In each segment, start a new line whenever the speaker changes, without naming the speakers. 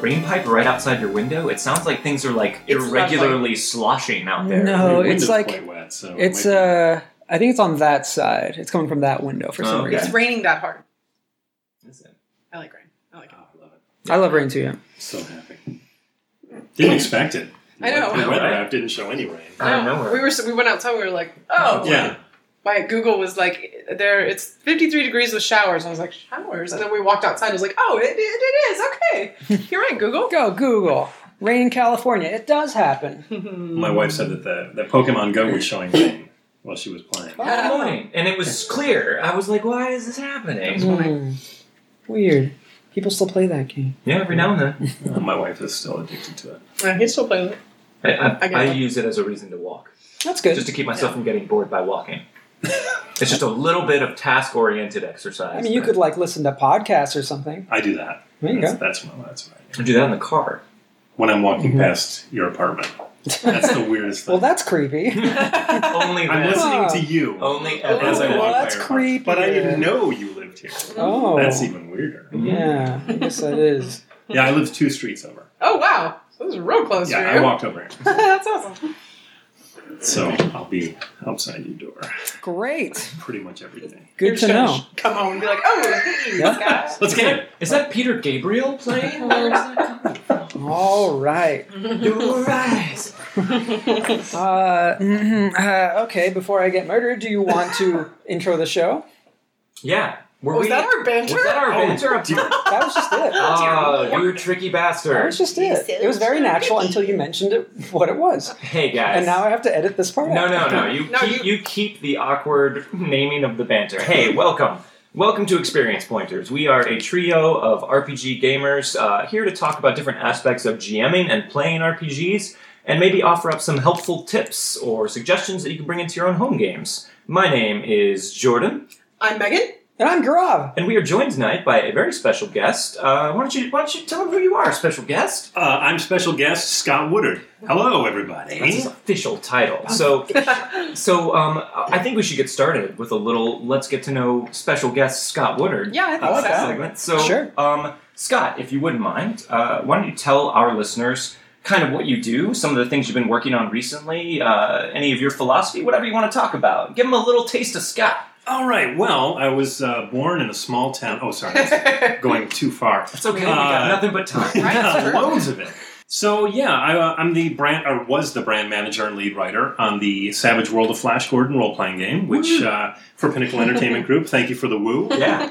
rain pipe right outside your window? It sounds like things are like
It's not like-
irregularly sloshing out there.
No.
The
it's
window's
like-
quite wet, so Oh, it
It's
might be-
uh, I think it's on that side. It's coming from that window for some
Oh, okay.
reason.
It's raining that hard.
Is it?
I like rain. I like it.
Oh, I love it.
I love rain too. Yeah.
So happy. Didn't expect it.
I know.
The weather
Right?
app didn't show any rain.
Out of
Oh.
No,
nowhere.
We were so- we went outside. We were like, oh
Yeah.
My Google was like, there it's 53 degrees with showers. And I was like, showers. And then we walked outside. I was like, oh, it, it, it is okay. You're right, Google.
Go Google rain in California. It does happen.
My wife said that the that Pokemon Go was showing rain while she was playing.
Oh, good morning. And it was clear. I was like, why is this happening?
Hmm. Weird. People still play that game.
Yeah, every now and then.
Uh, my wife is still addicted to it.
I can still play with it.
I, I,
I get
I
it.
use it as a reason to walk,
That's good.
just to keep myself from getting bored by walking. It's just a little bit of task oriented exercise.
I mean, you could like listen to podcasts or something.
I do that.
There you
that's,
go.
that's my that's right.
do that in the car.
When I'm walking
Mhm.
past your apartment, that's the weirdest thing.
Well, that's creepy.
Oh.
Only
I'm
then.
listening
Huh.
to you
Only
Oh,
as I
ever.
walk by
that's
your apartment. But I didn't
creepy.
know you lived here.
Oh,
That's e- even weirder.
yeah. I guess that is.
Yeah, I lived two streets over.
Oh, wow. So this is real close
Yeah,
for
I
you.
walked over here,
That's awesome.
so I'll be outside your door
Great.
pretty much every day.
Good
You're
to
just gonna
know.
sh- Come home and be like, oh, hey,
Yeah.
guys.
Let's get it.
Is that Peter Gabriel playing? Where is that coming from?
All right.
Mm.
Your eyes.
Uh, mhm, uh, okay, before I get murdered, do you want to intro the show?
Yeah. Were
Was
we-
Oh, that our banter?
Was that our
Oh,
banter?
dear.
That was just it. That
Oh, you tricky bastard.
was just it. It was very natural until you mentioned it, what it was.
Hey, guys.
And now I have to edit this part
No,
out.
no, no. You,
No,
keep, you... keep the awkward naming of the banter. Hey, welcome. Welcome to Experience Pointers. We are a trio of RPG gamers uh, here to talk about different aspects of GMing and playing RPGs and maybe offer up some helpful tips or suggestions that you can bring into your own home games. My name is Jordan,
I'm Megan.
And I'm Grav.
and we are joined tonight by a very special guest. Uh, why, don't you, why don't you tell them who you are, special guest?
Uh, I'm special guest Scott Woodard. Hello, everybody.
That's his official title. So, so um, I think we should get started with a little let's get to know special guest Scott Woodard.
Yeah, I think
uh,
so.
that.
segment. So,
Sure.
um, Scott, if you wouldn't mind, uh, why don't you tell our listeners kind of what you do, some of the things you've been working on recently, uh, any of your philosophy, whatever you want to talk about. Give them a little taste of Scott.
All right. Well, I was uh, born in a small town. Oh, sorry, that's going too far.
It's okay. we got
Uh,
nothing but time.
Right?
Yeah,
Sure.
loads of it. So yeah, I, uh, I'm the brand, or was the brand manager and lead writer on the Savage World of Flash Gordon role playing game, which uh, for Pinnacle Entertainment Group. Thank you for the woo.
Yeah,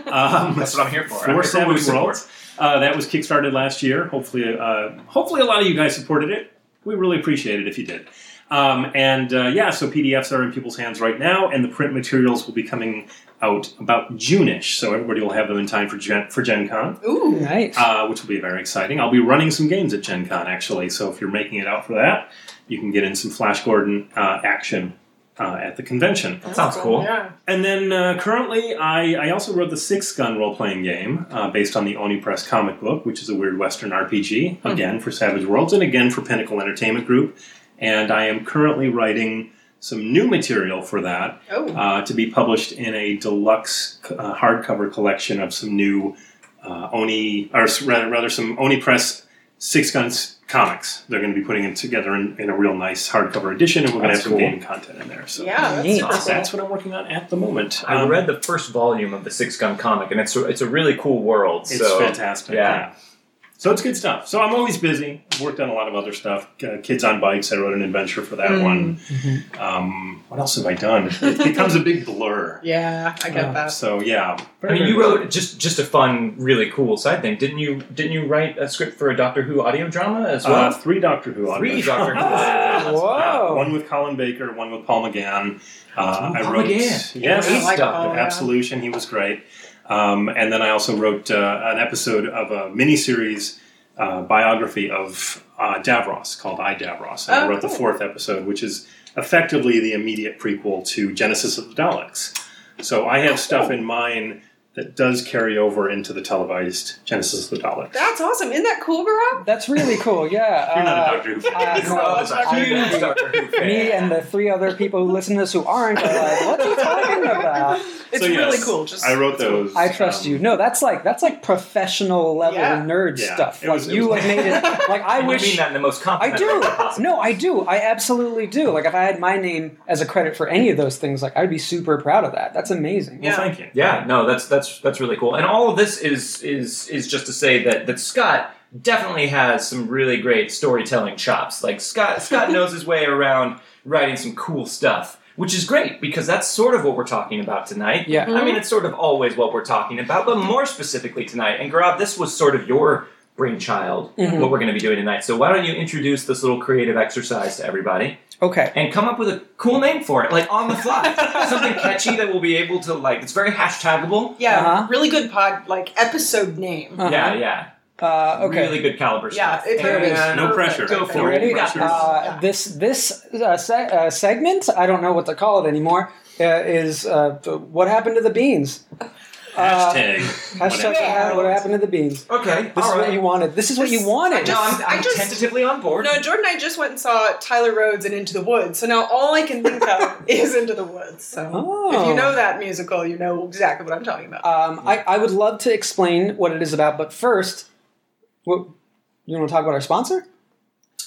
Um,
that's what I'm here for. I'm
for
here
Savage
support.
World. Uh, that was kickstarted last year. Hopefully, uh, hopefully a lot of you guys supported it. We really appreciate it if you did. Um, and uh, yeah, so PDFs are in people's hands right now, and the print materials will be coming out about June-ish, so everybody will have them in time for Gen, for Gen Con,
Ooh.
Nice.
uh, which will be very exciting. I'll be running some games at Gen Con, actually, so if you're making it out for that, you can get in some Flash Gordon uh, action uh, at the convention.
That sounds cool.
Yeah.
And then uh, currently, I, I also wrote the Six Gun role playing game uh, based on the Oni Press comic book, which is a weird Western RPG,
Hmm.
again for Savage Worlds and again for Pinnacle Entertainment Group. And I am currently writing some new material for that
Oh.
uh, to be published in a deluxe uh, hardcover collection of some new uh, Oni, or s- rather, rather some Oni Press Six Guns comics. They're going to be putting it together in, in a real nice hardcover edition, and we're going to
That's
have some
cool.
game content in there. So
yeah. That's
Neat.
super cool.
that's what I'm working on at the moment.
I
Um,
read the first volume of the Six Gun comic, and it's a, it's a really cool world.
It's
so
fantastic.
yeah.
Yeah. So it's good stuff. So I'm always busy. I've worked on a lot of other stuff. Uh, Kids on Bikes. I wrote an adventure for that
Mm.
one. Um, what else have I done? It becomes a big blur.
Yeah, I get
Uh,
that.
So yeah.
I mean, you wrote just just a fun, really cool side thing, didn't you? Didn't you write a script for a Doctor Who audio drama as
uh,
well?
three Doctor Who.
Three
audios.
Doctor Who.
Ah,
Yeah,
Whoa.
one with Colin Baker, one with Paul McGann. Uh,
Ooh,
I
Paul
wrote
McGann.
yes,
I like oh,
Doctor
all that.
Absolution. He was great. Um, and then I also wrote uh, an episode of a miniseries uh, biography of uh, Davros called I Davros. And
Oh,
I wrote
cool.
the fourth episode, which is
Oh,
effectively the immediate prequel to Genesis of the Daleks. So I have stuff in mind that does carry over into the televised Genesis of the Daleks.
That's awesome. Isn't that cool, Barack?
That's really cool. Yeah.
You're not
uh,
a Doctor Who fan.
uh,
You are
no,
a huge
I'm-
Doctor Who fan.
me and the three other people who listen to this who aren't are like, what are you talking about?
It's
So, yes,
really cool. Just
I wrote those.
I trust
um,
you. No, that's like that's like professional level
Yeah.
nerd
Yeah.
stuff.
It
like
was- it
you
was-
have made it. Like I
And you
wish.
mean that in the most
I
complimentary way
do.
possible.
No, I do. I absolutely do. Like if I had my name as a credit for any of those things, like I'd be super proud of that. That's amazing.
Well,
Yeah.
thank you.
Yeah, no, that's that's that's really cool. And all of this is is is just to say that that Scott definitely has some really great storytelling chops. Like Scott Scott knows his way around writing some cool stuff, which is great because that's sort of what we're talking about tonight.
Yeah.
I mean, it's sort of always what we're talking about, but more specifically tonight. And Garab, this was sort of your brainchild
Mhm.
what we're going to be doing tonight. So why don't you introduce this little creative exercise to everybody?
Okay.
and come up with a cool name for it, like on the fly, something catchy that we'll be able to like. It's very hashtagable.
yeah,
Uh-huh.
really good pod like episode name.
Uh-huh.
Yeah, yeah.
Uh, okay.
Really good caliber
Yeah,
stuff.
it's
And-
very good.
No pressure.
Go
No
for it.
Ready?
No pressure.
Uh, this this uh, se- uh, segment, I don't know what to call it anymore, uh, is uh, the- what happened to the beans. Uh,
Hashtag.
hashtag
whatever.
Yeah.
what happened to the beans.
okay,
This
all
is
right.
what you wanted. This is what you
This-
wanted.
I
No, I'm,
I
I'm
just-
tentatively on board.
No, Jordan and I just went and saw Tyler Rhodes and Into the Woods, so now all I can think of is Into the Woods. So
Oh.
if you know that musical, you know exactly what I'm talking about.
Um, I, I would love to explain what it is about, but first, what, you want to talk about our sponsor?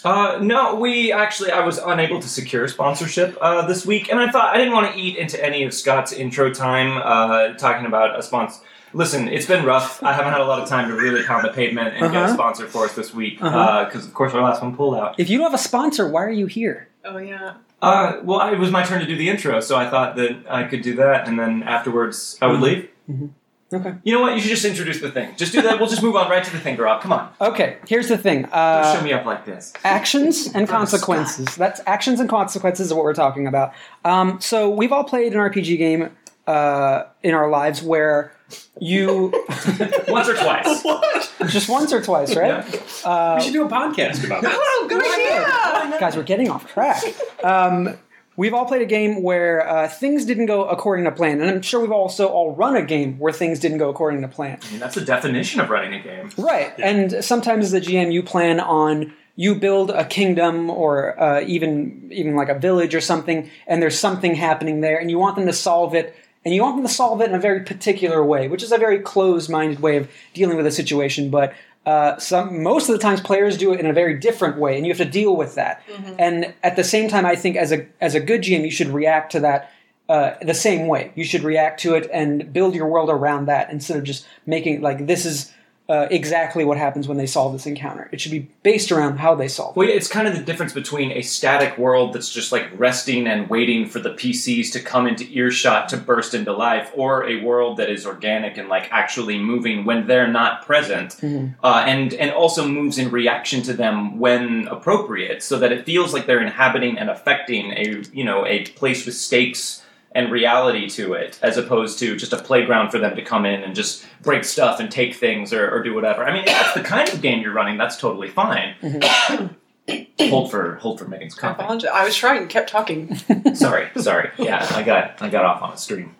Uh, no, we actually I was unable to secure sponsorship uh, this week, and I thought I didn't want to eat into any of Scott's intro time uh, talking about a sponsor. Listen, it's been rough. I haven't had a lot of time to really pound the pavement and get a
Uh-huh.
sponsor for us this week because,
Uh-huh.
of course, our last one pulled out.
If you don't have a sponsor, why are you here?
oh yeah,
Uh, well, it was my turn to do the intro, so I thought that I could do that, and then afterwards I would leave.
Mm-hmm. Okay.
You know what? You should just introduce the thing. Just do that. we'll just move on right to the thing, Rob. Come on.
Okay, here's the thing.
Don't
Uh,
show me up like this.
actions and
Scott.
consequences. That's actions and consequences is what we're talking about. Um, so we've all played an RPG game uh, in our lives where you
Once or twice.
What?
just once or twice, right?
Yeah.
Uh,
we should do a podcast about this.
oh good idea.
Guys, we're getting off track. Um, we've all played a game where uh, things didn't go according to plan, and I'm sure we've also all run a game where things didn't go according to plan.
I mean, that's the definition of running a game.
Right. And sometimes the GM you plan on you build a kingdom or uh, even even like a village or something, and there's something happening there, and you want them to solve it, and you want them to solve it in a very particular way, which is a very closed-minded way of dealing with a situation. But uh, some most of the times players do it in a very different way, and you have to deal with that. And at the same time, I think as a as a good GM, you should react to that uh, the same way. You should react to it and build your world around that instead of just making like this is uh, exactly what happens when they solve this encounter. It should be based around how they solve. it.
Well, yeah, it's kind of the difference between a static world that's just like resting and waiting for the PCs to come into earshot to burst into life, or a world that is organic and like actually moving when they're not present, uh, and and also moves in reaction to them when appropriate, so that it feels like they're inhabiting and affecting a you know a place with stakes and reality to it, as opposed to just a playground for them to come in and just break stuff and take things or, or do whatever. I mean, if that's the kind of game you're running, that's totally fine. hold for hold for Megan's
I
coughing.
apologize. I was trying, kept talking.
sorry, sorry. Yeah, I got I got off on a stream.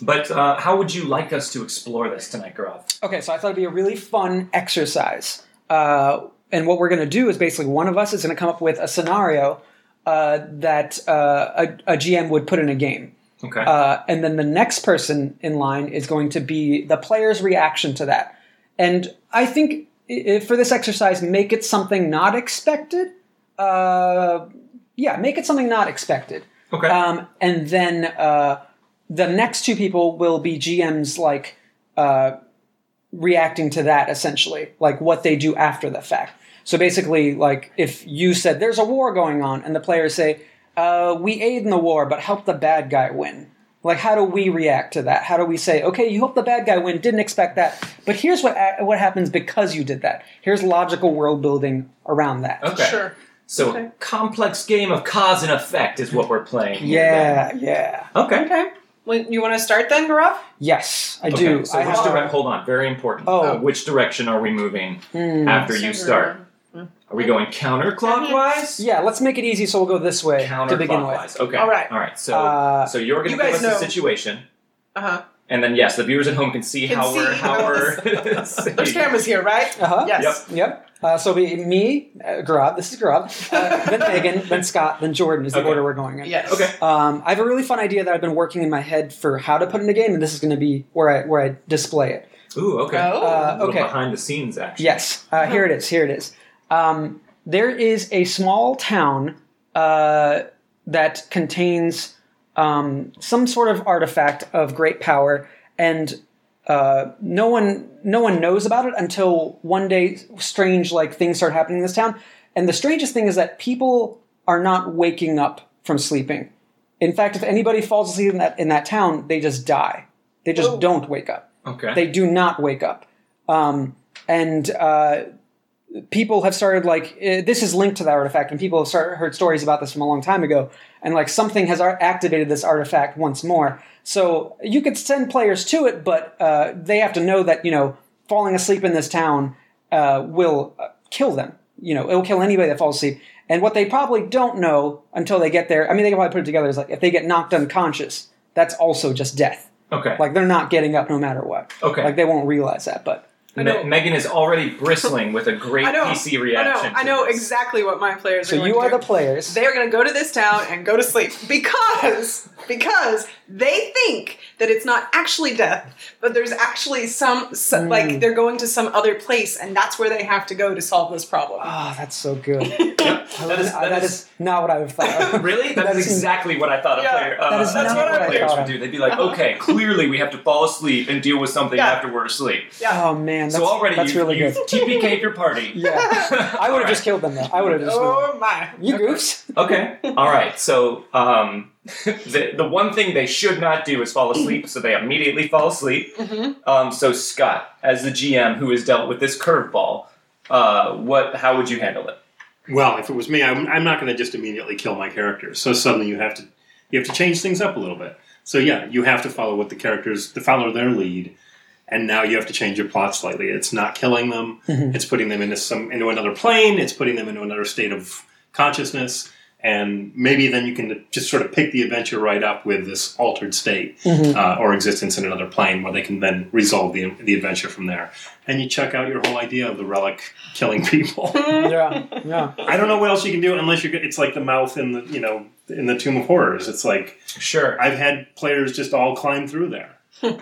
But uh, how would you like us to explore this tonight, Gaurav?
Okay, so I thought it'd be a really fun exercise. Uh, and what we're going to do is basically one of us is going to come up with a scenario uh, that uh, a, a GM would put in a game.
Okay.
Uh, and then the next person in line is going to be the player's reaction to that. And I think i i- for this exercise, make it something not expected. Uh, yeah, make it something not expected.
okay.
Um, and then uh, the next two people will be GMs like uh, reacting to that essentially, like what they do after the fact. So basically, like if you said there's a war going on, and the players say uh, we aid in the war but help the bad guy win. Like, how do we react to that? How do we say, okay, you helped the bad guy win, didn't expect that, but here's what what happens because you did that. Here's logical world building around that.
okay.
Sure.
So
okay.
complex game of cause and effect is what we're playing.
Yeah, yeah.
Okay.
Okay. Well, you want to start then, Gaurav?
Yes, I do.
Okay, so
I
which
have-
direct? Hold on, very important. Uh,
Oh.
which direction are we moving
Hmm.
after you start? Are
Mm-hmm.
we going counterclockwise?
Yeah, let's make it easy so we'll go this way to begin with.
Counterclockwise. Okay.
All right.
All right. So,
Uh,
so you're going
you
to give us
guys know.
a situation.
Uh huh.
And then yes, the viewers at home can see
Can
how
see
we're how
how
we're.
There's cameras here, right?
Uh-huh.
Yes.
Yep.
Yep. Uh, so we, me, uh, Garab, this is Garab, uh, then Megan, then Scott, then Jordan is the
Okay.
order we're going in.
Yes.
Okay.
Um, I have a really fun idea that I've been working in my head for how to put in a game, and this is going to be where I where I display it.
Ooh, okay.
Oh.
A
Uh,
little
okay.
behind the scenes action.
Yes, uh, here it is. Here it is. Um, there is a small town uh, that contains um, some sort of artifact of great power, and uh, no one no one knows about it until one day strange like things start happening in this town. And the strangest thing is that people are not waking up from sleeping. In fact, if anybody falls asleep in that in that town, they just die. They just
Whoa.
don't wake up
Okay.
they do not wake up um, and uh, people have started like uh, this is linked to the artifact and people have start, heard stories about this from a long time ago and like something has ar- activated this artifact once more so you could send players to it but uh, they have to know that you know falling asleep in this town uh, will uh, kill them you know it'll kill anybody that falls asleep and what they probably don't know until they get there i mean they can probably put it together is like if they get knocked unconscious that's also just death
okay.
like they're not getting up no matter what.
Okay.
Like they won't realize that, but
I
Me-
know.
Megan is already bristling with a great
I know.
PC
I know.
reaction.
I
to
know
this.
exactly what my players are
so
going
you
to
are
do.
the players.
They are going to go to this town and go to sleep because because they think that it's not actually death, but there's actually some,
Hmm.
some like they're going to some other place and that's where they have to go to solve this problem.
Ah, that's so good.
Yep.
I
That
was-
is-
I-
that
that
is-
is not what I would have thought. of.
Really? That
That
is
is-
exactly what I thought of
Yeah.
player. Uh,
That is
that's
not
what,
what
our
I
players
thought
would
of.
do. They'd be like, okay, clearly we have to fall asleep and deal with something
Yeah.
after we're asleep.
Yeah.
Oh man, that's,
so already
that's
you,
really
you
good.
TPK'd your party.
Yeah, I would have just killed them though. I would have just.
oh my.
You goofs.
Okay. All right. So um, the the one thing they should not do is fall asleep. So they immediately fall asleep. Um, so Scott, as the GM who has dealt with this curveball, uh, what? How would you handle it?
Well, if it was me, I'm, I'm not going to just immediately kill my character. So suddenly you have to you have to change things up a little bit. So yeah, you have to follow what the characters to follow their lead, and now you have to change your plot slightly. It's not killing them; it's putting them into some into another plane. It's putting them into another state of consciousness, and maybe then you can just sort of pick the adventure right up with this altered state uh, or existence in another plane, where they can then resolve the the adventure from there. And you check out your whole idea of the relic killing people.
Yeah, yeah.
I don't know what else you can do unless you're. go- It's like the mouth in the you know in the Tomb of Horrors. It's like
Sure.
I've had players just all climb through there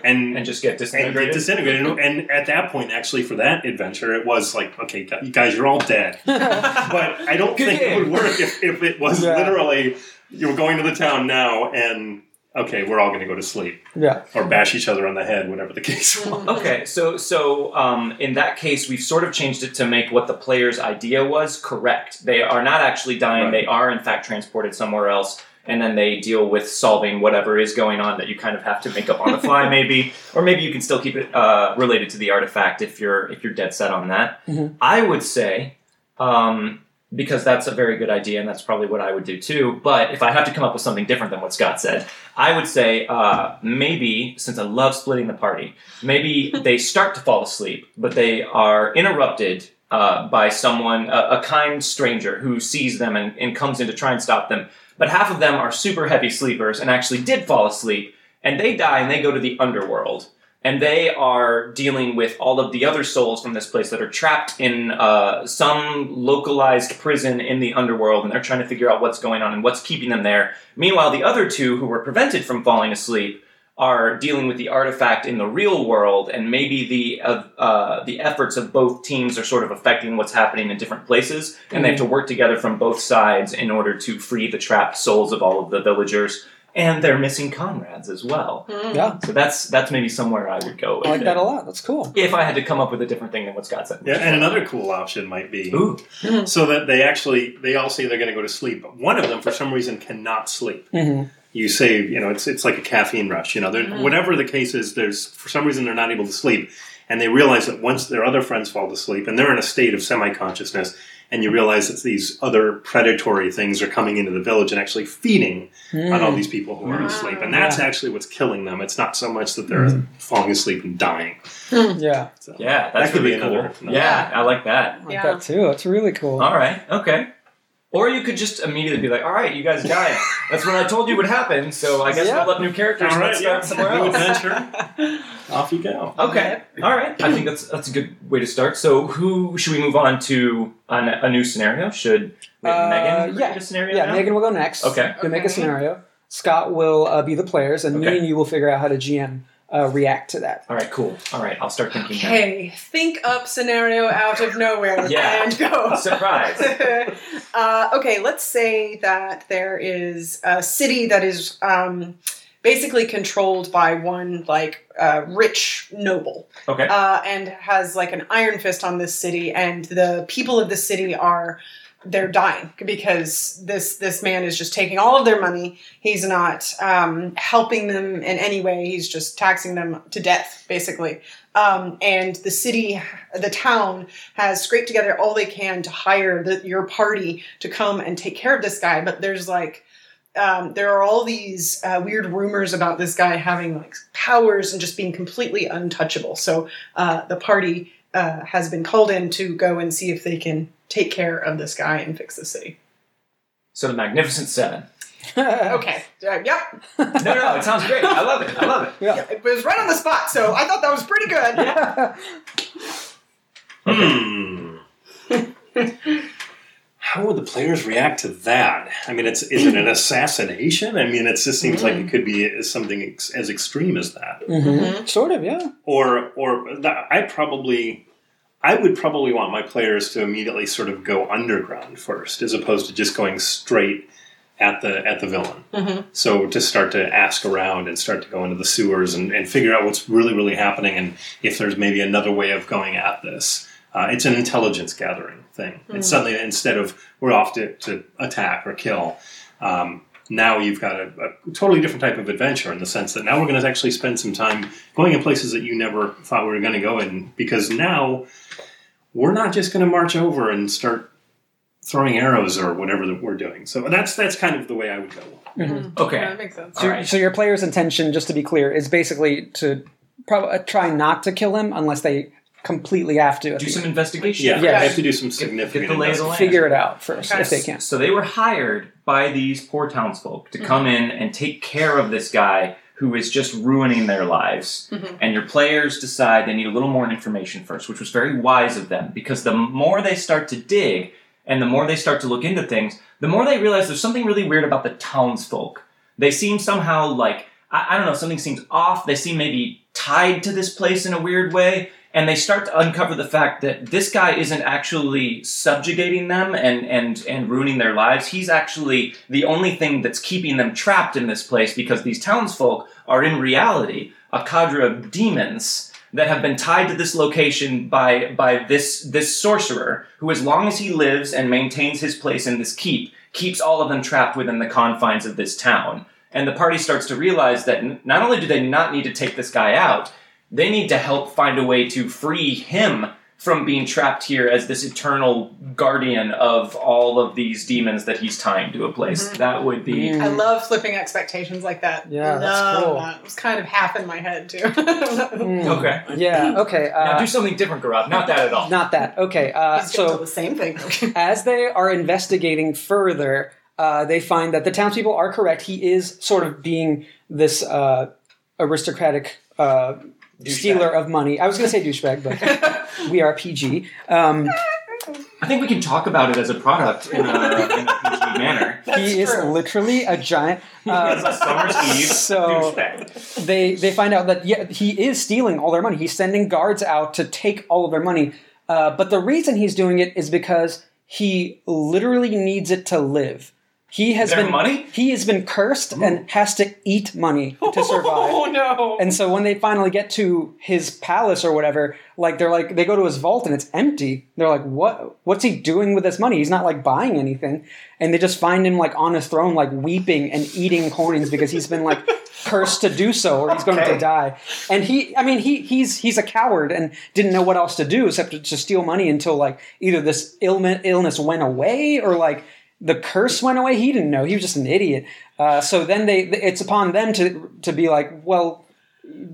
and
and just get
and get
disintegrated.
disintegrated. And- And at that point, actually, for that adventure, it was like, okay, gu- you guys, you're all dead. but I don't
Good
think
game.
it would work if, if it was
Yeah.
literally you were going to the town now and okay, we're all going to go to sleep
yeah.
or bash each other on the head, whatever the case was.
Okay, so so um, in that case, we've sort of changed it to make what the player's idea was correct. They are not actually dying;
Right.
they are in fact transported somewhere else, and then they deal with solving whatever is going on that you kind of have to make up on the fly, maybe, or maybe you can still keep it uh, related to the artifact if you're if you're dead set on that.
Mhm.
I would say. Um, because that's a very good idea, and that's probably what I would do too. But if I have to come up with something different than what Scott said, I would say uh, maybe, since I love splitting the party, maybe they start to fall asleep, but they are interrupted uh, by someone, a, a kind stranger who sees them and, and comes in to try and stop them. But half of them are super heavy sleepers and actually did fall asleep, and they die and they go to the underworld. And they are dealing with all of the other souls from this place that are trapped in uh, some localized prison in the underworld, and they're trying to figure out what's going on and what's keeping them there. Meanwhile, the other two who were prevented from falling asleep are dealing with the artifact in the real world, and maybe the of uh, the efforts of both teams are sort of affecting what's happening in different places, and they have to work together from both sides in order to free the trapped souls of all of the villagers and their missing comrades as well.
Hmm,
Yeah.
So that's that's maybe somewhere I would go. With
I like
it.
that a lot. That's cool.
If I had to come up with a different thing than what Scott said.
Yeah, and another cool option might be
Ooh,
so that they actually they all say they're going to go to sleep, but one of them for some reason cannot sleep.
hmm
Mm-hmm.
you say you know it's it's like a caffeine rush you know they're whatever the case is there's for some reason they're not able to sleep and they realize that once their other friends fall to sleep and they're in a state of semi-consciousness and you realize that these other predatory things are coming into the village and actually feeding
Mm-hmm.
on
Mm.
all these people who are asleep and that's actually what's killing them it's not so much that they're falling asleep and dying
Yeah,
so
yeah, that's
that could
really
be
cool.
another, another-
Yeah, I like that.
I like
Yeah.
that too. That's really cool.
All right, okay. Or you could just immediately be like, all right, you guys died. That's what I told you would happen, so I guess
Yeah.
we'll up new characters and
All right,
let's start
yeah.
somewhere
New
else.
adventure. Off you go.
Okay. All right. I think that's that's a good way to start. So, who should we move on to an, a new scenario? Should we have
Uh,
Megan
yeah.
create a scenario?
Yeah,
now?
Megan will go next.
Okay.
You'll make
Okay.
a scenario. Scott will uh, be the players, and
Okay.
me and you will figure out how to GM uh, react to that.
All right. Cool. All right. I'll start thinking. now.
Okay, think up scenario out of nowhere
Yeah.
and go.
Surprise.
uh, okay, let's say that there is a city that is um, basically controlled by one like uh, rich noble
Okay.
uh, and has like an iron fist on this city, and the people of the city are they're dying because this this man is just taking all of their money. He's not um, helping them in any way. He's just taxing them to death, basically. Um, and the city, the town, has scraped together all they can to hire the, your party to come and take care of this guy. But there's like um, there are all these uh, weird rumors about this guy having like powers and just being completely untouchable. So uh, the party uh, has been called in to go and see if they can take care of this guy and fix the city.
So the Magnificent Seven.
Okay. Uh, yep.
No, no, it sounds great. I love it. I love it.
Yeah.
It was right on the spot, so I thought that was pretty good.
Hmm. How would the players react to that? I mean, it's is it an assassination? I mean, it's, it seems like it could be something ex- as extreme as that.
Mm-hmm.
Mhm. Sort of, yeah.
Or, or that I probably, I would probably want my players to immediately sort of go underground first, as opposed to just going straight at the at the villain. So to start to ask around and start to go into the sewers and, and figure out what's really really happening and if there's maybe another way of going at this. Uh, it's an intelligence gathering thing. And suddenly, instead of we're off to, to attack or kill, um, now you've got a, a totally different type of adventure in the sense that now we're going to actually spend some time going in places that you never thought we were going to go in because now we're not just going to march over and start throwing arrows or whatever that we're doing. So that's that's kind of the way I would go.
Okay.
makes sense.
All
So,
right.
so your player's intention, just to be clear, is basically to probably try not to kill him unless they completely have to.
Do some investigation.
Yeah,
Yes.
I have to do some
Get,
significant
get the lay of the
investment.
land.
figure it out first
Okay.
if they can. Mm-hmm.
So they were hired by these poor townsfolk to come in and take care of this guy who is just ruining their lives.
Mm-hmm.
And your players decide they need a little more information first, which was very wise of them because the more they start to dig and the more they start to look into things, the more they realize there's something really weird about the townsfolk. They seem somehow like, I, I don't know, something seems off. They seem maybe tied to this place in a weird way. And they start to uncover the fact that this guy isn't actually subjugating them and, and, and ruining their lives. He's actually the only thing that's keeping them trapped in this place because these townsfolk are in reality a cadre of demons that have been tied to this location by by this this sorcerer who as long as he lives and maintains his place in this keep keeps all of them trapped within the confines of this town and the party starts to realize that n- not only do they not need to take this guy out they need to help find a way to free him from being trapped here as this eternal guardian of all of these demons that he's tying to a place that would be
I love flipping expectations like that.
Yeah, that's
Love
cool.
that. It was kind of half in my head too.
okay
Yeah. Okay.
now
Uh,
do something different garab not that at all
not that. Okay. Uh,
He's gonna
so
do the same thing.
as they are investigating further, uh, they find that the townspeople are correct. He is sort of being this uh, aristocratic uh, stealer of money. I was going to say douchebag, but we are PG. Um,
I think we can talk about it as a product in a, in a PG manner.
That's
he is
true.
literally a giant.
It's a
Um,
summer's eve
So-
douchebag.
they they find out that yeah, he is stealing all their money. He's sending guards out to take all of their money. Uh, but the reason he's doing it is because he literally needs it to live. He has
Their
been
money?
He has been cursed and has to eat money to
oh
survive.
no.
And so when they finally get to his palace or whatever, like they're like they go to his vault and it's empty. They're like, what? What's he doing with this money? He's not like buying anything. And they just find him like on his throne, like weeping and eating coins because he's been like cursed to do so, or he's going
Okay.
to die. And he, I mean, he he's he's a coward and didn't know what else to do except to, to steal money until like either this illness illness went away or like the curse went away. He didn't know. He was just an idiot. Uh, so then they, it's upon them to to be like, well,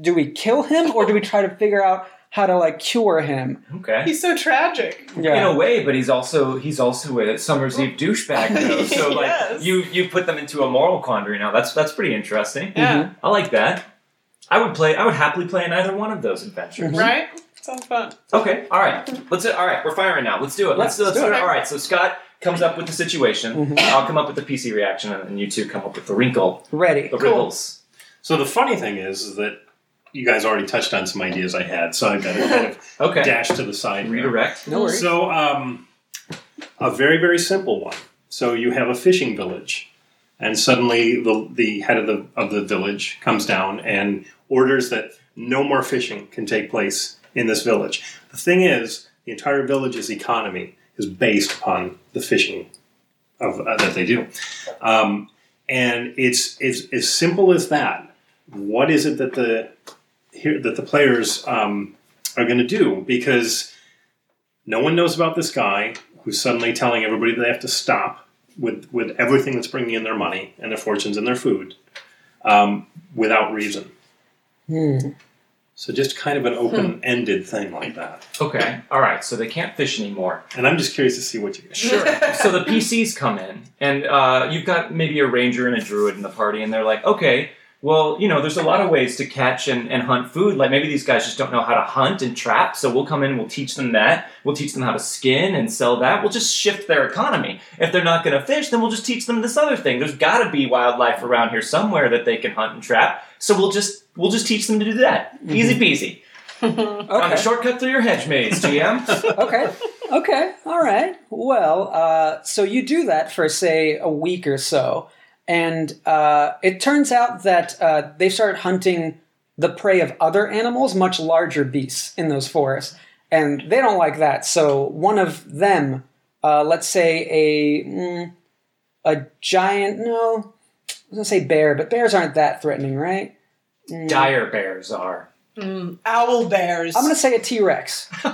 do we kill him or do we try to figure out how to like cure him.
Okay.
He's so tragic.
in
Yeah.
a way, but he's also he's also a Summer's Eve douchebag. Though. So like
Yes.
you you put them into a moral quandary now. That's that's pretty interesting.
Yeah.
I like that. I would play. I would happily play in either one of those adventures.
Mhm.
Right? Sounds fun.
Okay. All right. Let's. All right. We're firing now. Let's do it. Let's,
Let's
let's,
do
do it.
it.
All right. So Scott comes up with the situation.
Mhm.
I'll come up with the PC reaction, and then you two come up with the wrinkle,
Ready.
the riddles.
So the funny thing is, is that you guys already touched on some ideas I had, so I've got to kind of
Okay.
dash to the side. here.
Redirect.
No worries.
So, um, a very, very simple one. So you have a fishing village, and suddenly the, the head of the, of the village comes down and orders that no more fishing can take place in this village. The thing is, the entire village's economy is based upon the fishing of, uh, that they do. Um, and it's, it's as simple as that. What is it that the here, that the players um, are going to do? Because no one knows about this guy who's suddenly telling everybody they have to stop with, with everything that's bringing in their money and their fortunes and their food um, without reason.
Hmm.
So just kind of
Hmm.
an open-ended thing like that.
Okay. All right. So they can't fish anymore.
And I'm just curious to see what you guys.
Sure. so the PCs come in, and uh, you've got maybe a ranger and a druid in the party, and they're like, okay, well, you know, there's a lot of ways to catch and, and hunt food. Like maybe these guys just don't know how to hunt and trap, so we'll come in, we'll teach them that. We'll teach them how to skin and sell that. We'll just shift their economy. If they're not going to fish, then we'll just teach them this other thing. There's got to be wildlife around here somewhere that they can hunt and trap, so we'll just we'll just teach them to do that. Easy peasy. Found a
Okay.
shortcut through your hedge maze, GM.
okay. Okay. All right. Well, uh, so you do that for say a week or so, and uh, it turns out that uh, they start hunting the prey of other animals, much larger beasts in those forests, and they don't like that. So one of them, uh, let's say a mm, a giant. No, I was gonna say bear, but bears aren't that threatening, right?
Dire bears are.
Owl bears.
I'm gonna say a T Rex.
okay.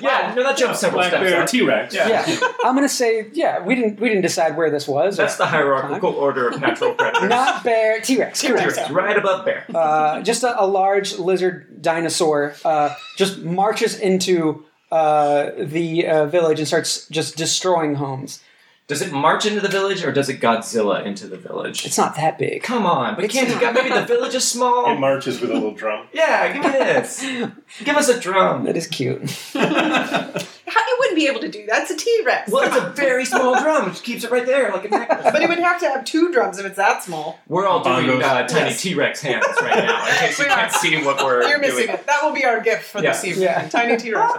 Yeah, no, that jumps several
Black
steps.
bear,
up.
T-Rex.
Yeah.
Yeah, I'm gonna say yeah. We didn't we didn't decide where this was.
That's the hierarchical order of natural predators.
not bear t-rex correct.
T-Rex, right above bear.
Uh, just a, a large lizard dinosaur uh, just marches into uh, the uh, village and starts just destroying homes
Does it march into the village or does it Godzilla into the village?
it's not that big
Come on, but can't you got maybe the village is
It
small?
marches with a little drum.
Yeah, give me this. Give us a drum.
that is cute
How- you wouldn't be able to do that. It's a T Rex.
Well, it's a very small drum. It keeps it right there like a necklace.
but it would have to have two drums if it's that small.
We're all doing
Bongos.
uh, tiny
Yes.
T-Rex hands right now in case you
We are.
can't see what we're
You're missing
doing.
it. That will be our gift for this
Yeah.
evening.
Yeah.
Tiny T Rex.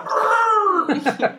Uh,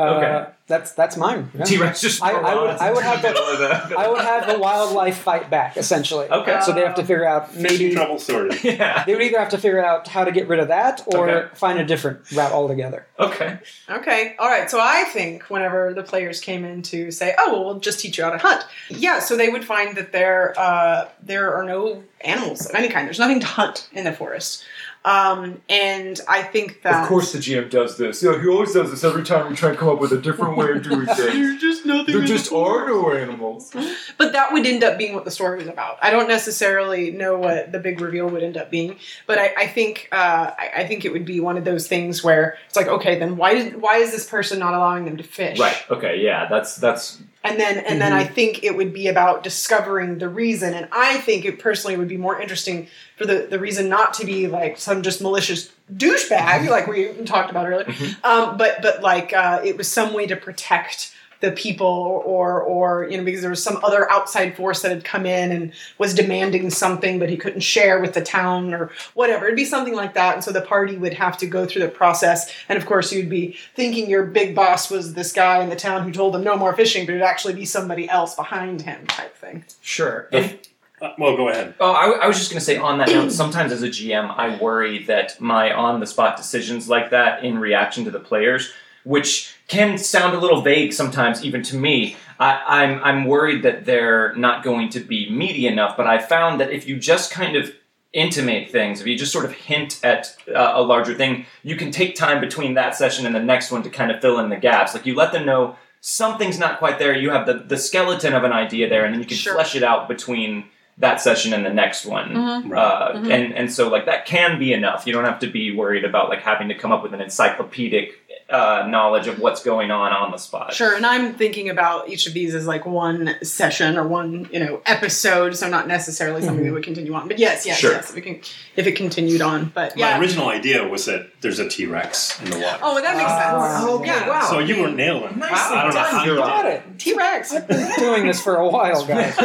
Okay.
that's that's mine Yeah.
T-Rex just
I- I would-
spawns
I would
into
have the-
middle of the-
i would have the wildlife fight back essentially
Okay.
so they have to figure out
Fishing
maybe
trouble sorted.
Yeah.
they would either have to figure out how to get rid of that or
Okay.
find a different route altogether
Okay.
Okay, all right. So I think whenever the players came in to say, "Oh, well, we'll just teach you how to hunt," yeah, so they would find that there uh, there are no animals of any kind. There's nothing to hunt in the forest, um, and I think that
Of course, the GM does this. You know, he always does this every time we try and come up with a different way of doing things.
there's just nothing.
there
in
just
the forest.
are no animals.
But that would end up being what the story was about. I don't necessarily know what the big reveal would end up being, but I, I think uh, I, I think it would be one of those things where it's like, okay, then why did, why is this person not allowing them to fish?
Right. Okay. Yeah. That's that's
and then and then I think it would be about discovering the reason. And I think it personally would be more interesting for the the reason not to be like some just malicious douchebag like we talked about earlier, um, but but like uh, it was some way to protect the people or or you know because there was some other outside force that had come in and was demanding something but he couldn't share with the town or whatever it'd be something like that and so the party would have to go through the process and of course you'd be thinking your big boss was this guy in the town who told them no more fishing but it'd actually be somebody else behind him type thing
sure.
The- Uh, well, go ahead.
Oh, I, I was just going to say on that note, sometimes as a GM, I worry that my on the spot decisions like that in reaction to the players, which can sound a little vague sometimes, even to me, I, I'm, I'm worried that they're not going to be meaty enough. But I found that if you just kind of intimate things, if you just sort of hint at uh, a larger thing, you can take time between that session and the next one to kind of fill in the gaps. Like you let them know something's not quite there, you have the, the skeleton of an idea there, and then you can
Sure.
flesh it out between that session and the next one.
Right.
Uh, and and so like that can be enough. You don't have to be worried about like having to come up with an encyclopedic uh, knowledge of what's going on on the spot.
Sure, and I'm thinking about each of these as like one session or one, you know, episode, so not necessarily something that would continue on. But yes, yes,
Sure.
yes, if it, can, if it continued on. But yeah.
My original idea was that there's a T Rex in the water.
oh, well, that makes
Ah,
sense.
okay,
yeah,
wow.
so you were nailing. it.
Nicely
I don't know
done,
how you
Hero.
did
Got
it.
it.
T Rex.
Been doing this for a while, guys.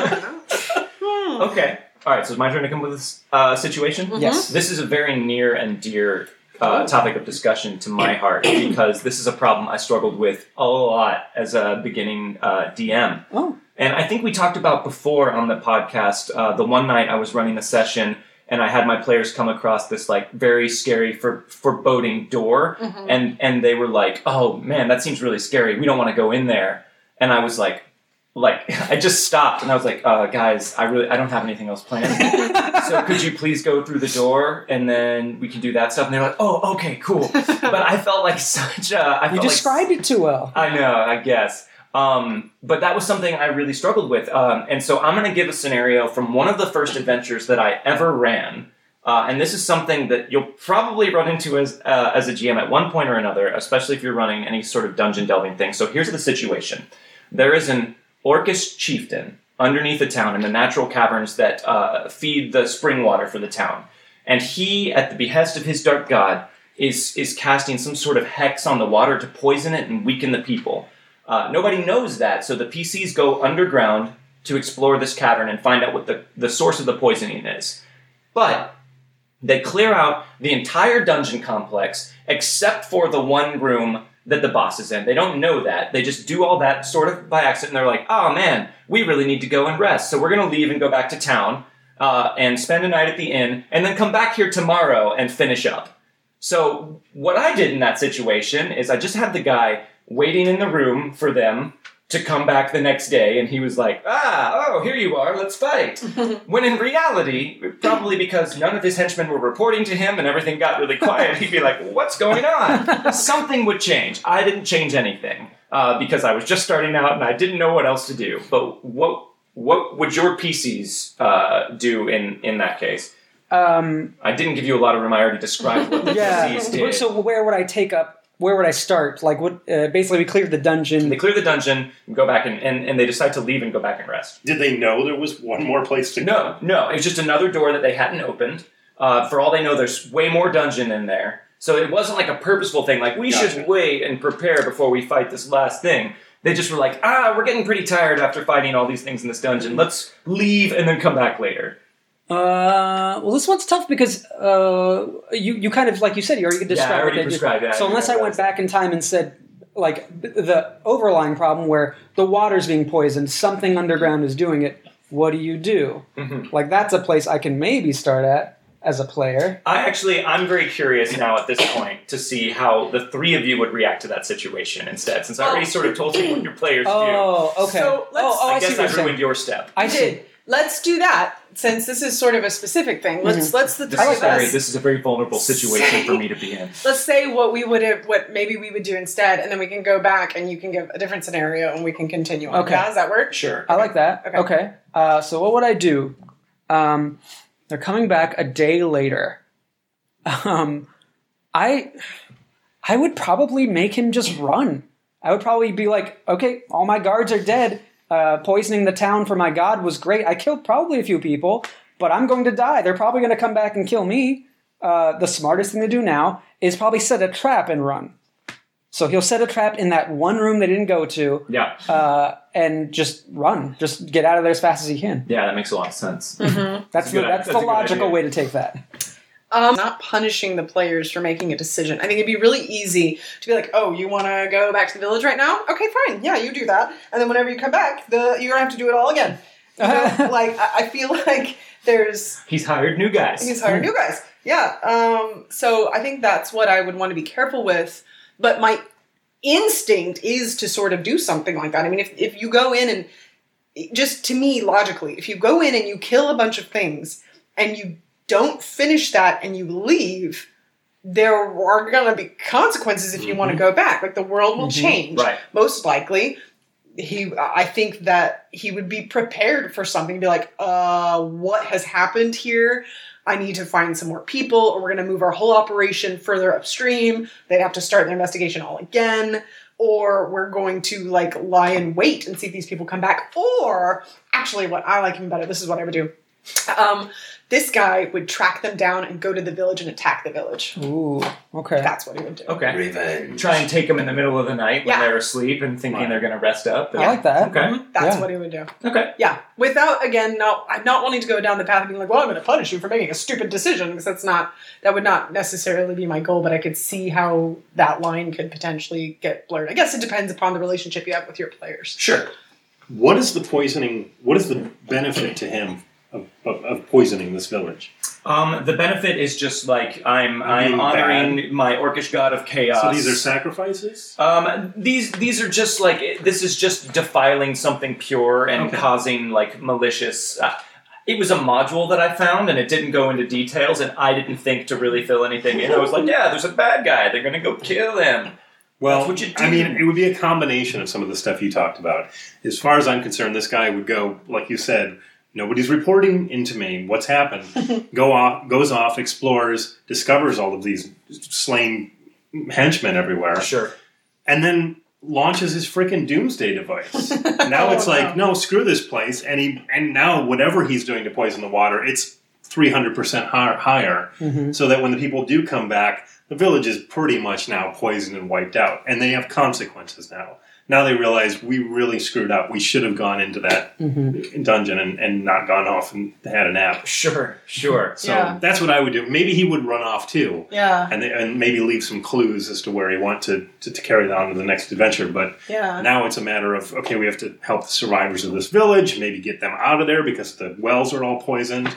Okay. All right. So it's my turn to come up with this uh, situation.
Yes. Oh.
This is a very near and dear uh, topic of discussion to my heart because this is a problem I struggled with a lot as a beginning uh, DM.
Oh.
And I think we talked about before on the podcast uh, the one night I was running a session and I had my players come across this like very scary for foreboding door
Mm-hmm.
and and they were like, "Oh man, that seems really scary. We don't want to go in there." And I was like, like I just stopped and I was like, uh, "Guys, I really I don't have anything else planned. so could you please go through the door and then we can do that stuff?" And they're like, "Oh, okay, cool." But I felt like such a I
You
felt like
described it too well.
I know, I guess. Um, but that was something I really struggled with. Um, and so I'm going to give a scenario from one of the first adventures that I ever ran. Uh, and this is something that you'll probably run into as, uh, as a GM at one point or another, especially if you're running any sort of dungeon delving thing. So here's the situation there is an orcish chieftain underneath the town in the natural caverns that uh, feed the spring water for the town. And he, at the behest of his dark god, is, is casting some sort of hex on the water to poison it and weaken the people. Uh, nobody knows that, so the PCs go underground to explore this cavern and find out what the, the source of the poisoning is. But they clear out the entire dungeon complex except for the one room that the boss is in. They don't know that. They just do all that sort of by accident. And they're like, oh man, we really need to go and rest. So we're going to leave and go back to town uh, and spend a night at the inn and then come back here tomorrow and finish up. So what I did in that situation is I just had the guy waiting in the room for them to come back the next day and he was like, "Ah, oh, here you are. Let's fight." when in reality, probably because none of his henchmen were reporting to him and everything got really quiet, he'd be like, "What's going on?" Something would change. I didn't change anything uh, because I was just starting out and I didn't know what else to do. But what what would your PCs uh, do in in that case?
Um,
I didn't give you a lot of room. I already described what the
yeah.
PCs did.
So where would I take up? Where would I start? Like what? Uh, basically, we cleared the dungeon.
They clear the dungeon, go back, and, and, and they decide to leave and go back and rest.
Did they know there was one more place to
No, no, it was just another door that they hadn't opened. Uh, for all they know, there's way more dungeon in there. So it wasn't like a purposeful thing, like we
Gotcha.
should wait and prepare before we fight this last thing. They just were like, ah, we're getting pretty tired after fighting all these things in this dungeon. Let's leave and then come back later.
Uh, well, this one's tough because uh, you you kind of like you said you already described.
Yeah, I already
what they did.
described that.
So unless I went back in time and said like b- the overlying problem where the water's being poisoned, something underground is doing it. What do you do?
Mm-hmm.
Like that's a place I can maybe start at as a player.
I actually, I'm very curious now at this point to see how the three of you would react to that situation instead, since I already sort of told you what your players
Oh,
do.
okay.
So let's-
oh, oh,
do.
I,
I,
see
guess
what you're
I ruined
saying.
your step.
I
I
see.
did. Let's do that since this is sort of a specific thing. Let's
Mm-hmm.
let's the
This
three
is
of
very
us-
this is a very vulnerable situation for me to be in.
let's say what we would have what maybe we would do instead and then we can go back and you can give a different scenario and we can continue on
Okay.
Yeah, does that work
Sure.
I like that.
Okay.
Okay. Uh, so what would I do? Um, they're coming back a day later. Um, I, I would probably make him just run. I would probably be like, okay, all my guards are dead. Uh, poisoning the town for my god was great. I killed probably a few people, but I'm going to die. They're probably going to come back and kill me. Uh, the smartest thing to do now is probably set a trap and run. So he'll set a trap in that one room they didn't go to
Yeah.
uh, and just run, just get out of there as fast as he can.
yeah, that makes a lot of sense.
mm-hmm. That's the,
good- that's
that's, the
a good
logical
idea.
way to take that.
um, not punishing the players for making a decision i think it'd be really easy to be like oh you want to go back to the village right now okay fine yeah you do that and then whenever you come back the you're gonna have to do it all again You know, like I, I feel like there's
He's hired new guys.
He's hiring new guys. Yeah. Um, so I think that's what I would want to be careful with. But my instinct is to sort of do something like that. I mean, if, if you go in and just to me, logically, if you go in and you kill a bunch of things and you don't finish that and you leave, there are going to be consequences if you want to go back. Like the world will change,
Right.
most likely. he I think that he would be prepared for something to be like, uh, what has happened here? I need to find some more people, or we're going to move our whole operation further upstream. They'd have to start their investigation all again, or we're going to like lie in wait and see if these people come back. Or actually, what I like even better, this is what I would do. Um, this guy would track them down and go to the village and attack the village.
Ooh, okay.
That's what he would do.
Okay.
Revenge.
Try and take them in the middle of the night when
Yeah.
they're asleep and thinking
Right.
they're going to rest up.
I like that. Mm-hmm.
Okay.
That's
Yeah.
what he would do.
Okay.
Yeah, without again, not I'm not wanting to go down the path of being like, well, I'm going to punish you for making a stupid decision because that's not that would not necessarily be my goal. But I could see how that line could potentially get blurred. I guess it depends upon the relationship you have with your players.
Sure.
What is the poisoning? What is the benefit to him of, of, of poisoning this village?
Um, the benefit is just like I'm
Mm,
I'm honoring
bad.
my Orcish god of chaos.
so these are sacrifices.
Um, these these are just like this is just defiling something pure and
Okay.
causing like malicious. Uh, it was a module that I found, and it didn't go into details, and I didn't think to really fill anything in. I was like, "Yeah, there's a bad guy. They're gonna go kill him."
Well,
That's what you
I mean,
do.
it would be a combination of some of the stuff you talked about. As far as I'm concerned, this guy would go, like you said, nobody's reporting into me what's happened. go off, goes off, explores, discovers all of these slain henchmen everywhere,
Sure.
and then launches his frickin' doomsday device. now it's
Oh,
like, no, screw this place, and he, and now whatever he's doing to poison the water, it's 300% hi- higher
Mm-hmm.
Mhm.
so that when the people do come back, the village is pretty much now poisoned and wiped out, and they have consequences now. Now they realize we really screwed up. We should have gone into that
Mm-hmm.
dungeon and, and not gone off and had a nap.
Sure. Sure.
So
Yeah.
that's what I would do. Maybe he would run off too,
Yeah,
and, they, and maybe leave some clues as to where he want to, to, to carry on to the next adventure. But
yeah,
now it's a matter of okay, we have to help the survivors of this village, maybe get them out of there because the wells are all poisoned,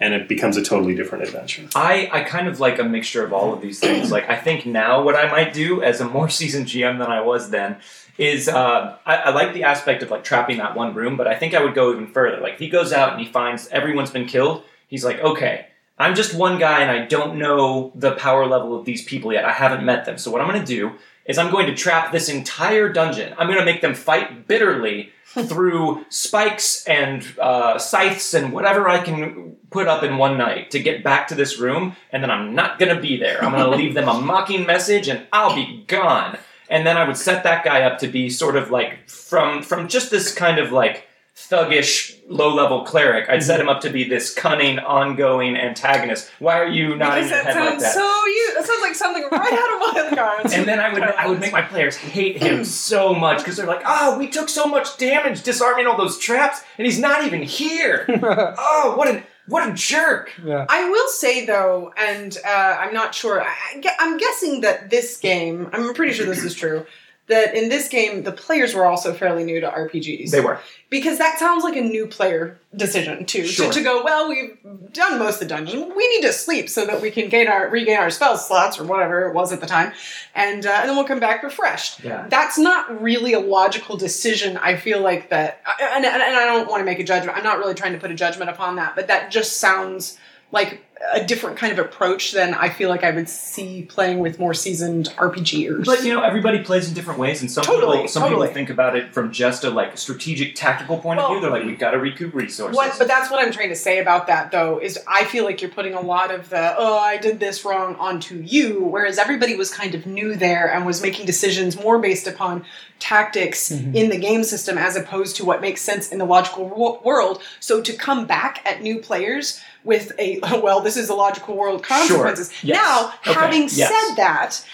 and it becomes a totally different adventure.
I, I kind of like a mixture of all of these things. Like, I think now what I might do as a more seasoned GM than I was then is uh, I, I like the aspect of like trapping that one room, but I think I would go even further. Like, if he goes out and he finds everyone's been killed, he's like, okay, I'm just one guy and I don't know the power level of these people yet. I haven't met them. So, what I'm going to do is I'm going to trap this entire dungeon. I'm going to make them fight bitterly through spikes and uh, scythes and whatever I can put up in one night to get back to this room, and then I'm not gonna be there. I'm gonna leave them a mocking message, and I'll be gone. And then I would set that guy up to be sort of like from from just this kind of like thuggish low level cleric. I'd set him up to be this cunning, ongoing antagonist. Why are you nodding
because
your
that
head like
sounds
that?
so you. That sounds like something right out of Wild Cards.
and then I would I would make my players hate him so much because they're like, oh, we took so much damage disarming all those traps, and he's not even here. oh, what an what a jerk!
yeah.
I will say though, and uh, I'm not sure. I, I gue- I'm guessing that this game. I'm pretty sure this is true. That in this game, the players were also fairly new to RPGs.
They were.
because that sounds like a new player decision too.
Sure.
To, to go, well, we've done most of the dungeon. We need to sleep so that we can gain our regain our spell slots or whatever it was at the time, and uh, and then we'll come back refreshed.
Yeah.
That's not really a logical decision. I feel like that, and, and, and I don't want to make a judgment. I'm not really trying to put a judgment upon that, but that just sounds like a different kind of approach than I feel like I would see playing with more seasoned RPGers.
But you know, everybody plays in different ways, and some
Totally,
people some
totally.
people think about it from just a like strategic, tactical point of
Well-
view. They're like, we've got to recoup resources.
What, but that's what I'm trying to say about that, though, is I feel like you're putting a lot of the, oh, I did this wrong onto you, whereas everybody was kind of new there and was making decisions more based upon tactics
Mm-hmm.
in the game system as opposed to what makes sense in the logical wo- world. So to come back at new players with a, well, this is the logical world consequences.
Yes.
Now,
Okay.
having
Yes.
said that,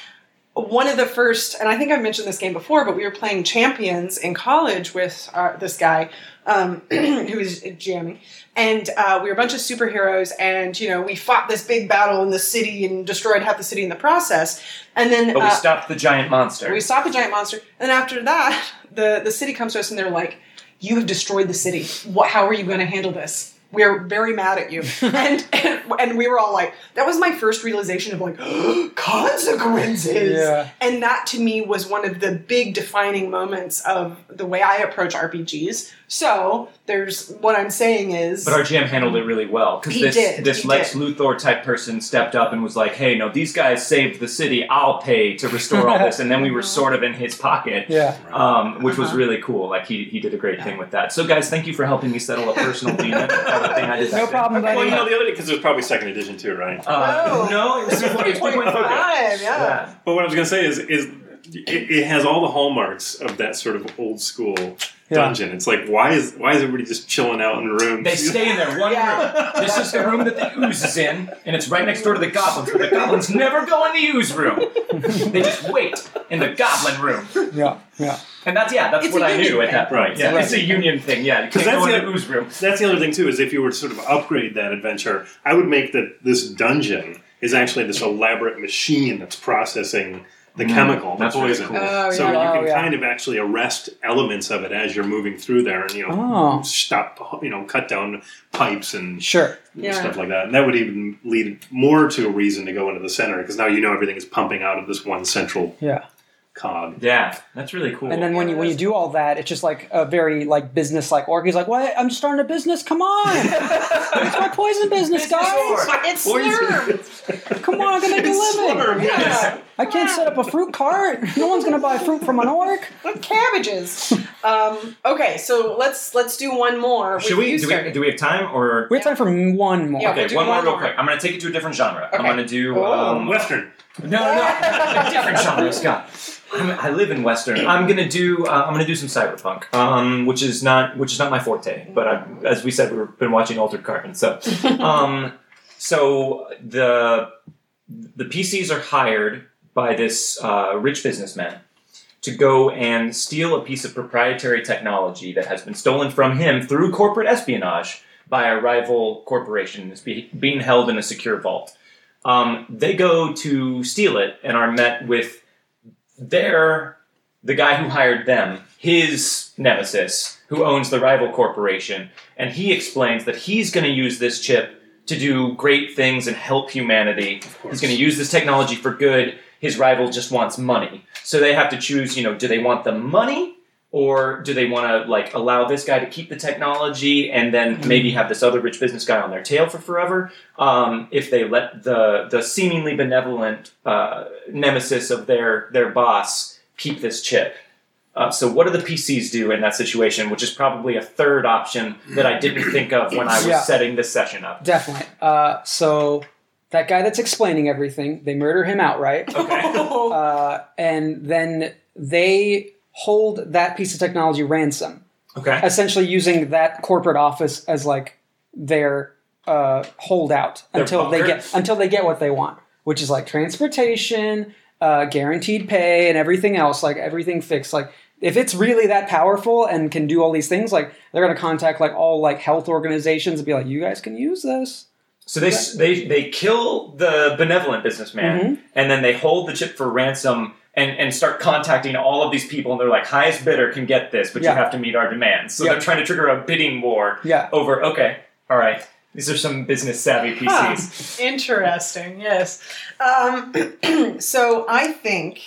one of the first, and I think I've mentioned this game before, but we were playing Champions in college with our, this guy um, who was jamming, and uh, we were a bunch of superheroes, and you know we fought this big battle in the city and destroyed half the city in the process, and then
But
uh,
we stopped the giant monster.
we stop the giant monster, and then after that, the the city comes to us and they're like, "You have destroyed the city. What? How are you going to handle this?" we're very mad at you. and, and and we were all like, that was my first realization of like consequences.
Yeah.
And that to me was one of the big defining moments of the way I approach RPGs. So there's what I'm saying is
But our GM handled it really well because
He
this
did,
this
he
Lex
did.
Luthor type person stepped up and was like, "Hey, no, these guys saved the city. I'll pay to restore all this." And then we were sort of in his pocket,
Yeah.
um, which was
Uh-huh.
really cool. Like he, he did a great thing with that. So, guys, thank you for helping me settle a personal demon. Another thing I did that
No
day.
problem,
Well,
buddy.
you know the other because it was probably second edition too, right?
Uh,
Whoa.
no, it was 2.5.
3.5, yeah.
Yeah.
But what I was going to say is, is it, it has all the hallmarks of that sort of old school
Yeah.
dungeon. It's like why is why is everybody just chilling out in rooms?
They stay in their one
Yeah.
room. This is the room that the ooze is in, and it's right next door to the goblins. But the goblins never go in the ooze room. They just wait in the goblin room.
Yeah, yeah.
And that's yeah, that's
It's
what
a
I
union
knew at
thing.
that point.
Right.
Yeah,
Right.
it's a union thing. Yeah, because
Because
that's
that's
going
the-
to ooze room.
That's the other thing too is if you were to sort of upgrade that adventure, I would make that this dungeon is actually this elaborate machine that's processing the chemical, the
Mm, that's really
poison.
cool.
Oh,
so
yeah.
you can
Oh, yeah.
kind of actually arrest elements of it as you're moving through there, and you know
Oh.
stop, you know, cut down pipes and
Sure.
Yeah.
stuff like that. And that would even lead more to a reason to go into the center because now you know everything is pumping out of this one central
Yeah.
cog.
Yeah, that's really cool.
And then when you when you do all that, it's just like a very like business like org. He's like, "What? I'm starting a business. Come on, it's my poison business, guys.
org.
It's
Poison.
slurred.
Come on, I'm gonna make a living.
Slurm, yes.
I can't set up a fruit cart. No one's gonna buy fruit from an orc.
Cabbages. Um, okay, so let's let's do one more.
Should
With
we
you
do, we
starting.
do we have time or
We have time for one more.
Yeah.
okay?
we'll do
one more
one
real
more.
quick. I'm going to take it to a different genre. I'm
Okay.
going to do
Oh.
um,
Western.
No, no, no, a different genre, Scott. I'm, I live in Western. I'm gonna do. Uh, I'm gonna do some cyberpunk, um, which is not which is not my forte. But I, as we said, we've been watching Altered Carbon, so um, so the the PCs are hired by this uh, rich businessman to go and steal a piece of proprietary technology that has been stolen from him through corporate espionage by a rival corporation. It's be, being held in a secure vault. Um, they go to steal it and are met with their the guy who hired them, his nemesis, who owns the rival corporation, and he explains that he's going to use this chip to do great things and help humanity. He's going to use this technology for good. His rival just wants money, so they have to choose. You know, do they want the money? Or do they want to like allow this guy to keep the technology and then maybe have this other rich business guy on their tail for forever? um, if they let the the seemingly benevolent uh, nemesis of their their boss keep this chip. Uh, so what do the PCs do in that situation? Which is probably a third option that I didn't think of when I was
Yeah.
setting this session up.
Definitely. Uh, so that guy that's explaining everything, they murder him outright,
Okay.
uh, and then they hold that piece of technology ransom.
Okay.
essentially using that corporate office as like their uh, holdout until they
bunker?
get until they get what they want, which is like transportation, uh, guaranteed pay, and everything else, like everything fixed. Like if it's really that powerful and can do all these things, like they're gonna contact like all like health organizations and be like, you guys can use this.
So they s they they kill the benevolent businessman,
Mm-hmm.
and then they hold the chip for ransom. And, and start contacting all of these people, and they're like, highest bidder can get this, but
Yeah.
you have to meet our demands. So
Yeah.
they're trying to trigger a bidding war
Yeah.
over. Okay, all right, these are some business savvy
Huh.
PCs.
Oh, Interesting. Yes. Um, so I think.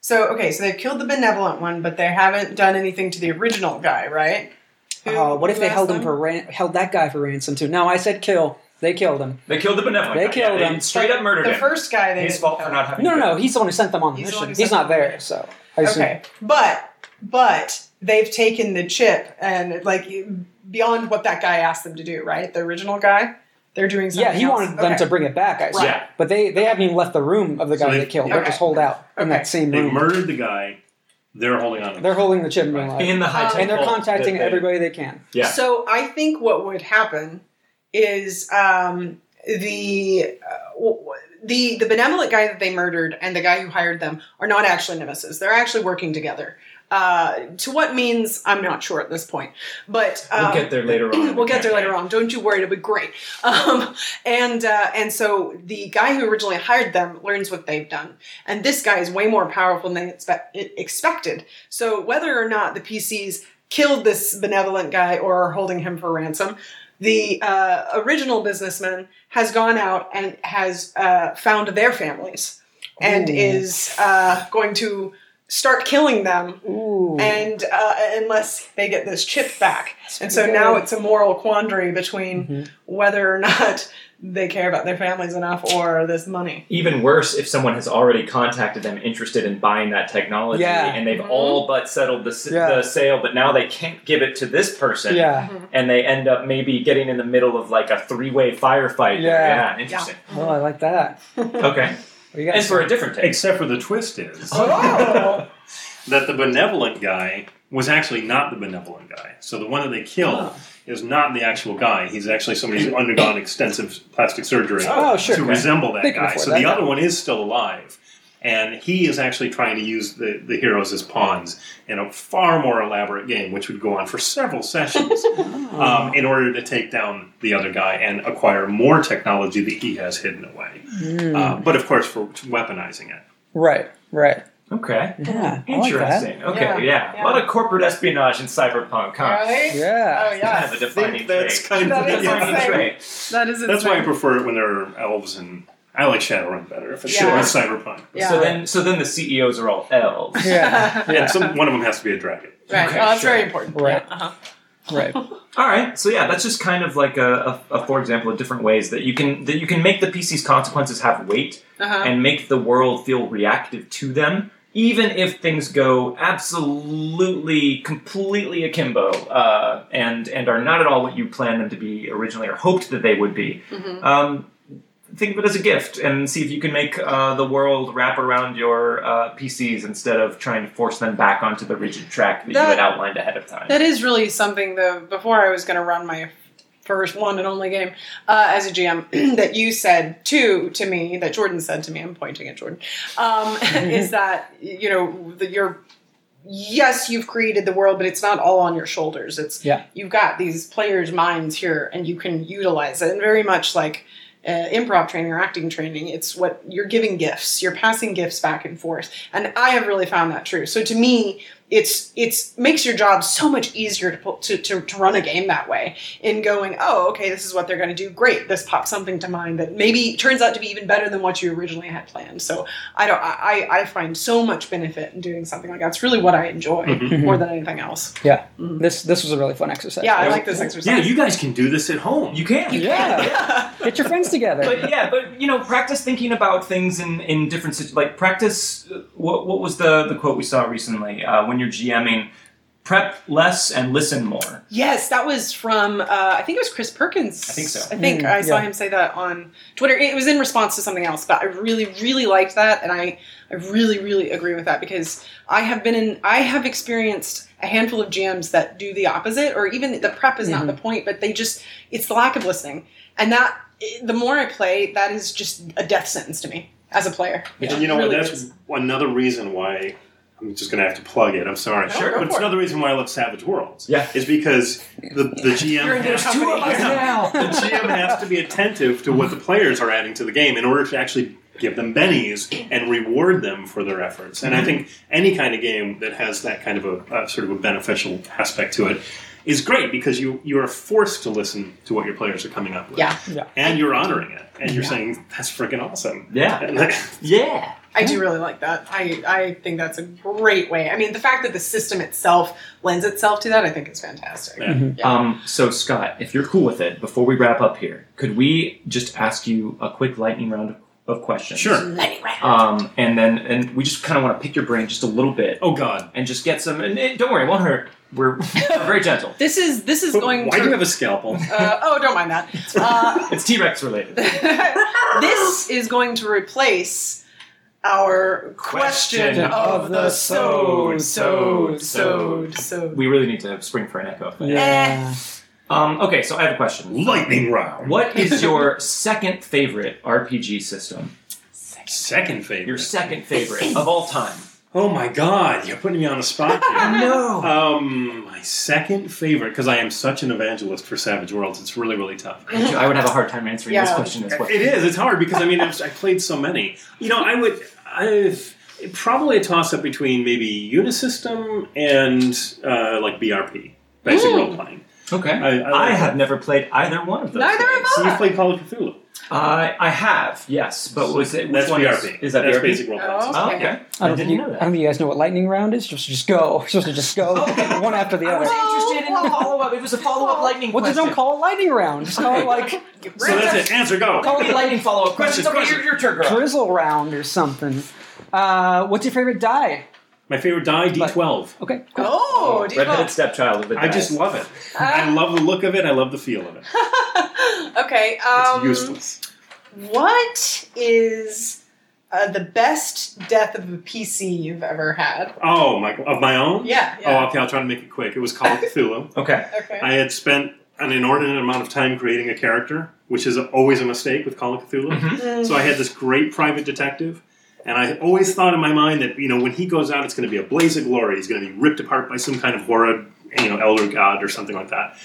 So okay. So they've killed the benevolent one, but they haven't done anything to the original guy, right? Who-
Uh, what if
who
they
asked
held him
them?
for ran- held that guy for ransom too? No, I said kill. They killed him.
They killed the benevolent.
They
guy.
killed
yeah,
him.
straight up murdered
the
him.
first guy? They
His
didn't
fault for
kill.
not having.
No, no, no.
good-
He's the one who sent them on the
He's the one
mission.
who
He's
sent
not
them on the
there,
mission.
so I assume.
Okay, but but they've taken the chip and like beyond what that guy asked them to do, right? The original guy. They're doing something.
Yeah, he
else.
wanted them
Okay.
to bring it back. I assume.
Yeah.
But they, they haven't even left the room of the guy
So they-
that killed. They're
Okay.
just holed out in
Okay.
that same
They
room.
murdered the guy. They're holding on. to him.
Mm. They're holding the chip and being like-
in the high
Um,
tech.
and they're
vault
contacting
that they-
everybody they can.
Yeah.
So I think what would happen is um, the uh, w- w- the the benevolent guy that they murdered and the guy who hired them are not actually nemesis. They're actually working together. Uh, to what means, I'm not sure at this point. But um,
We'll get there later on.
We'll get there later on. Don't you worry; it'll be great. Um, and uh, and so the guy who originally hired them learns what they've done, and this guy is way more powerful than they expect, expected. So whether or not the PCs killed this benevolent guy or are holding him for ransom, the uh, original businessman has gone out and has uh, found their families and
Ooh.
is uh, going to start killing them
Ooh.
and uh, unless they get this chip back. and so
pretty
now
good.
it's a moral quandary between whether or not they care about their families enough or this money.
Even worse, if someone has already contacted them interested in buying that technology
Yeah.
and they've
Mm-hmm.
all but settled the, s
Yeah.
the sale, but now they can't give it to this person.
yeah.
Mm-hmm.
And they end up maybe getting in the middle of like a three way firefight.
Yeah.
interesting.
Oh, I like that.
Okay.
What do you
And
guys
for a different take.
Except for the twist is
Oh.
that the benevolent guy was actually not the benevolent guy. So the one that they killed is not the actual guy. He's actually somebody who's undergone extensive plastic surgery
Oh, sure.
to
Okay.
resemble that
They can
guy.
afford
So
that.
the other one is still alive. And he is actually trying to use the, the heroes as pawns in a far more elaborate game, which would go on for several sessions um, in order to take down the other guy and acquire more technology that he has hidden away.
Hmm.
Uh, but of course, for weaponizing it.
right, right.
Okay.
Yeah, I like that.
Interesting. Okay, yeah.
Yeah.
A
Yeah.
lot of corporate espionage in cyberpunk, huh?
Right?
Yeah.
Oh, yeah.
Kind of a
I
defining
think that's
trait.
kind
That
of
is
yeah.
Defining
insane.
trait.
That is
That's why I prefer it when there are elves and I like Shadowrun better if it's
Yeah.
it's cyberpunk.
Yeah.
So then, so then the CEOs are all elves.
Yeah.
And some, one of them has to be a dragon.
Right.
Okay,
well, that's
sure.
very important.
Right.
Yeah. Uh-huh.
Right.
All right, so yeah, that's just kind of like a, a, a for example of different ways that you can that you can make the PC's consequences have weight
Uh-huh.
and make the world feel reactive to them, even if things go absolutely completely akimbo uh, and and are not at all what you planned them to be originally or hoped that they would be. Um, think of it as a gift and see if you can make uh, the world wrap around your uh, PCs instead of trying to force them back onto the rigid track that, you had
That-
outlined ahead of time.
That is really something. The before I was going to run my first one and only game uh, as a GM that you said to to me that Jordan said to me. I'm pointing at Jordan. Um, is that you know that you're yes you've created the world but it's not all on your shoulders it's
Yeah.
you've got these players minds here and you can utilize it and very much like uh, improv training or acting training it's what you're giving gifts you're passing gifts back and forth and i have really found that true so to me it's it's makes your job so much easier to, pull, to, to to run a game that way in going oh okay this is what they're going to do great this pops something to mind that maybe turns out to be even better than what you originally had planned so i don't i i I find so much benefit in doing something like that it's really what i enjoy more than anything else
Yeah. This this was a really fun exercise.
yeah i like this exercise
Yeah, you guys can do this at home.
you can.
Yeah. Get your friends together.
but yeah, but you know, practice thinking about things in in different situations. Like practice. uh, What what was the the quote we saw recently uh, when you're GMing? Prep less and listen more.
Yes, that was from uh, I think it was Chris Perkins. I
think so.
I think I saw
yeah.
him say that on Twitter. It was in response to something else, but I really, really liked that, and I, I really, really agree with that because I have been in, I have experienced a handful of GMs that do the opposite, or even the prep is not the point, but they just it's the lack of listening, and that the more I play, that is just a death sentence to me as a player.
And you know what?
Really
That's
is.
another reason why I'm just going to have to plug it. I'm sorry.
Sure. go
But it's
for it.
another reason why I love Savage Worlds.
Yeah.
Is because the, the GM
You're in good
has to-
company.
the GM has to be attentive to what the players are adding to the game in order to actually give them bennies and reward them for their efforts. And I think any kind of game that has that kind of a, a sort of a beneficial aspect to it is great because you you are forced to listen to what your players are coming up with.
Yeah.
Yeah.
And you're honoring it. And you're saying, that's freaking awesome.
Yeah.
And like,
Yeah.
I do really like that. I, I think that's a great way. I mean, the fact that the system itself lends itself to that, I think is fantastic.
Yeah.
Um, so Scott, if you're cool with it, before we wrap up here, could we just ask you a quick lightning round of questions?
Sure.
Um, and then and we just kind of want to pick your brain just a little bit
Oh, God.
and just get some. And it, don't worry, it won't hurt. We're, we're very gentle.
This is this is going.
Why
to,
do you have a scalpel?
uh, oh, don't mind that. Uh,
It's T Rex related.
this is going to replace our question,
Question
of the so so so
sewed.
so.
We really need to spring for an echo. of that.
Eh.
Yeah.
Um, okay, so I have a question.
Lightning round.
What is your second favorite RPG system?
Second favorite.
Your second favorite of all time?
oh, my God. You're putting me on the spot here.
No.
Um, my second favorite, because I am such an evangelist for Savage Worlds, it's really, really tough.
I would have a hard time answering this
Yeah.
question as well.
It is. It's hard because I mean, I've, I played so many. You know, I would. I've probably a toss up between maybe Unisystem and uh, like BRP, basic role playing.
Okay.
I, I, like
I
that.
have never played either one of those.
Neither
games. Uh,
have
So you play Call of Cthulhu.
I I have, yes, but was it which
That's
one is,
BRB.
is that
That's
BRB?
basic role playing.
Oh.
Oh, okay.
Okay.
I,
don't
didn't
think you,
know that.
I don't think you guys know what lightning round is. You're supposed to just go. You're supposed to just go one after the
I
other.
was interested in
Well,
the follow up. It was a follow up
Oh. well,
lightning
Well, just
question.
don't call it lightning round. Just call it like
So that's it. Answer go.
Call me lightning follow up
Question,
questions. Okay,
question.
your, your turn, girl.
drizzle round or something. Uh, what's your favorite die?
My favorite die D12.
Okay, cool.
Oh, do you
Redheaded stepchild of the
I just
dice.
love it.
Uh.
I love the look of it. I love the feel of it. It's
okay. Um,
useless.
What is uh, the best death of a PC you've ever had?
Oh my! Of my own?
Yeah.
Oh,
yeah.
okay. I'll try to make it quick. It was Call of Cthulhu.
Okay.
okay.
I had spent an inordinate amount of time creating a character, which is always a mistake with Call of Cthulhu. So I had this great private detective, and I always thought in my mind that you know when he goes out, it's going to be a blaze of glory. He's going to be ripped apart by some kind of horrid, you know, elder god or something like that.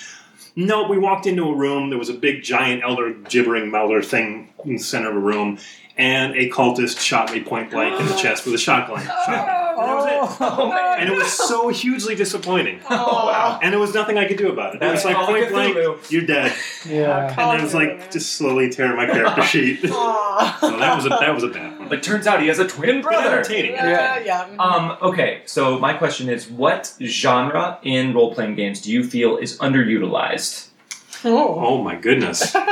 No, we walked into a room. There was a big, giant elder gibbering mouler thing in the center of a room, and a cultist shot me point blank in the chest with a shotgun. Shotgun. And that was it.
Oh, man.
And it was so hugely disappointing.
Oh, wow.
And there was nothing I could do about it. It
That's
was like
Call of
point blank,
Cthulhu.
you're dead.
yeah.
And
Oh,
I was
yeah.
like, just slowly tear my character sheet. so
Aw.
that was a that was a bad one.
But turns out he has a twin
But
brother.
entertaining.
Yeah, yeah.
Um, okay, so my question is what genre in role playing games do you feel is underutilized?
oh.
Oh my goodness.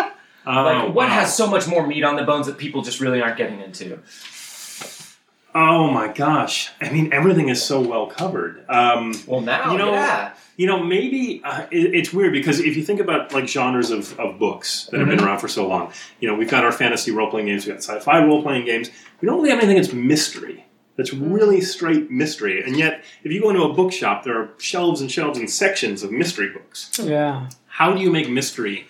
Like,
Oh,
what
wow.
has so much more meat on the bones that people just really aren't getting into?
Oh my gosh. I mean, everything is so well covered. Um,
Well, now,
You know-
yeah.
you know, maybe uh, it, it's weird because if you think about like genres of, of books that have
Mm-hmm.
been around for so long, you know, we've got our fantasy role playing games, we've got sci fi role playing games. We don't really have anything that's mystery. That's
Mm-hmm.
really straight mystery. And yet, if you go into a bookshop, there are shelves and shelves and sections of mystery books.
Yeah.
how do you make mystery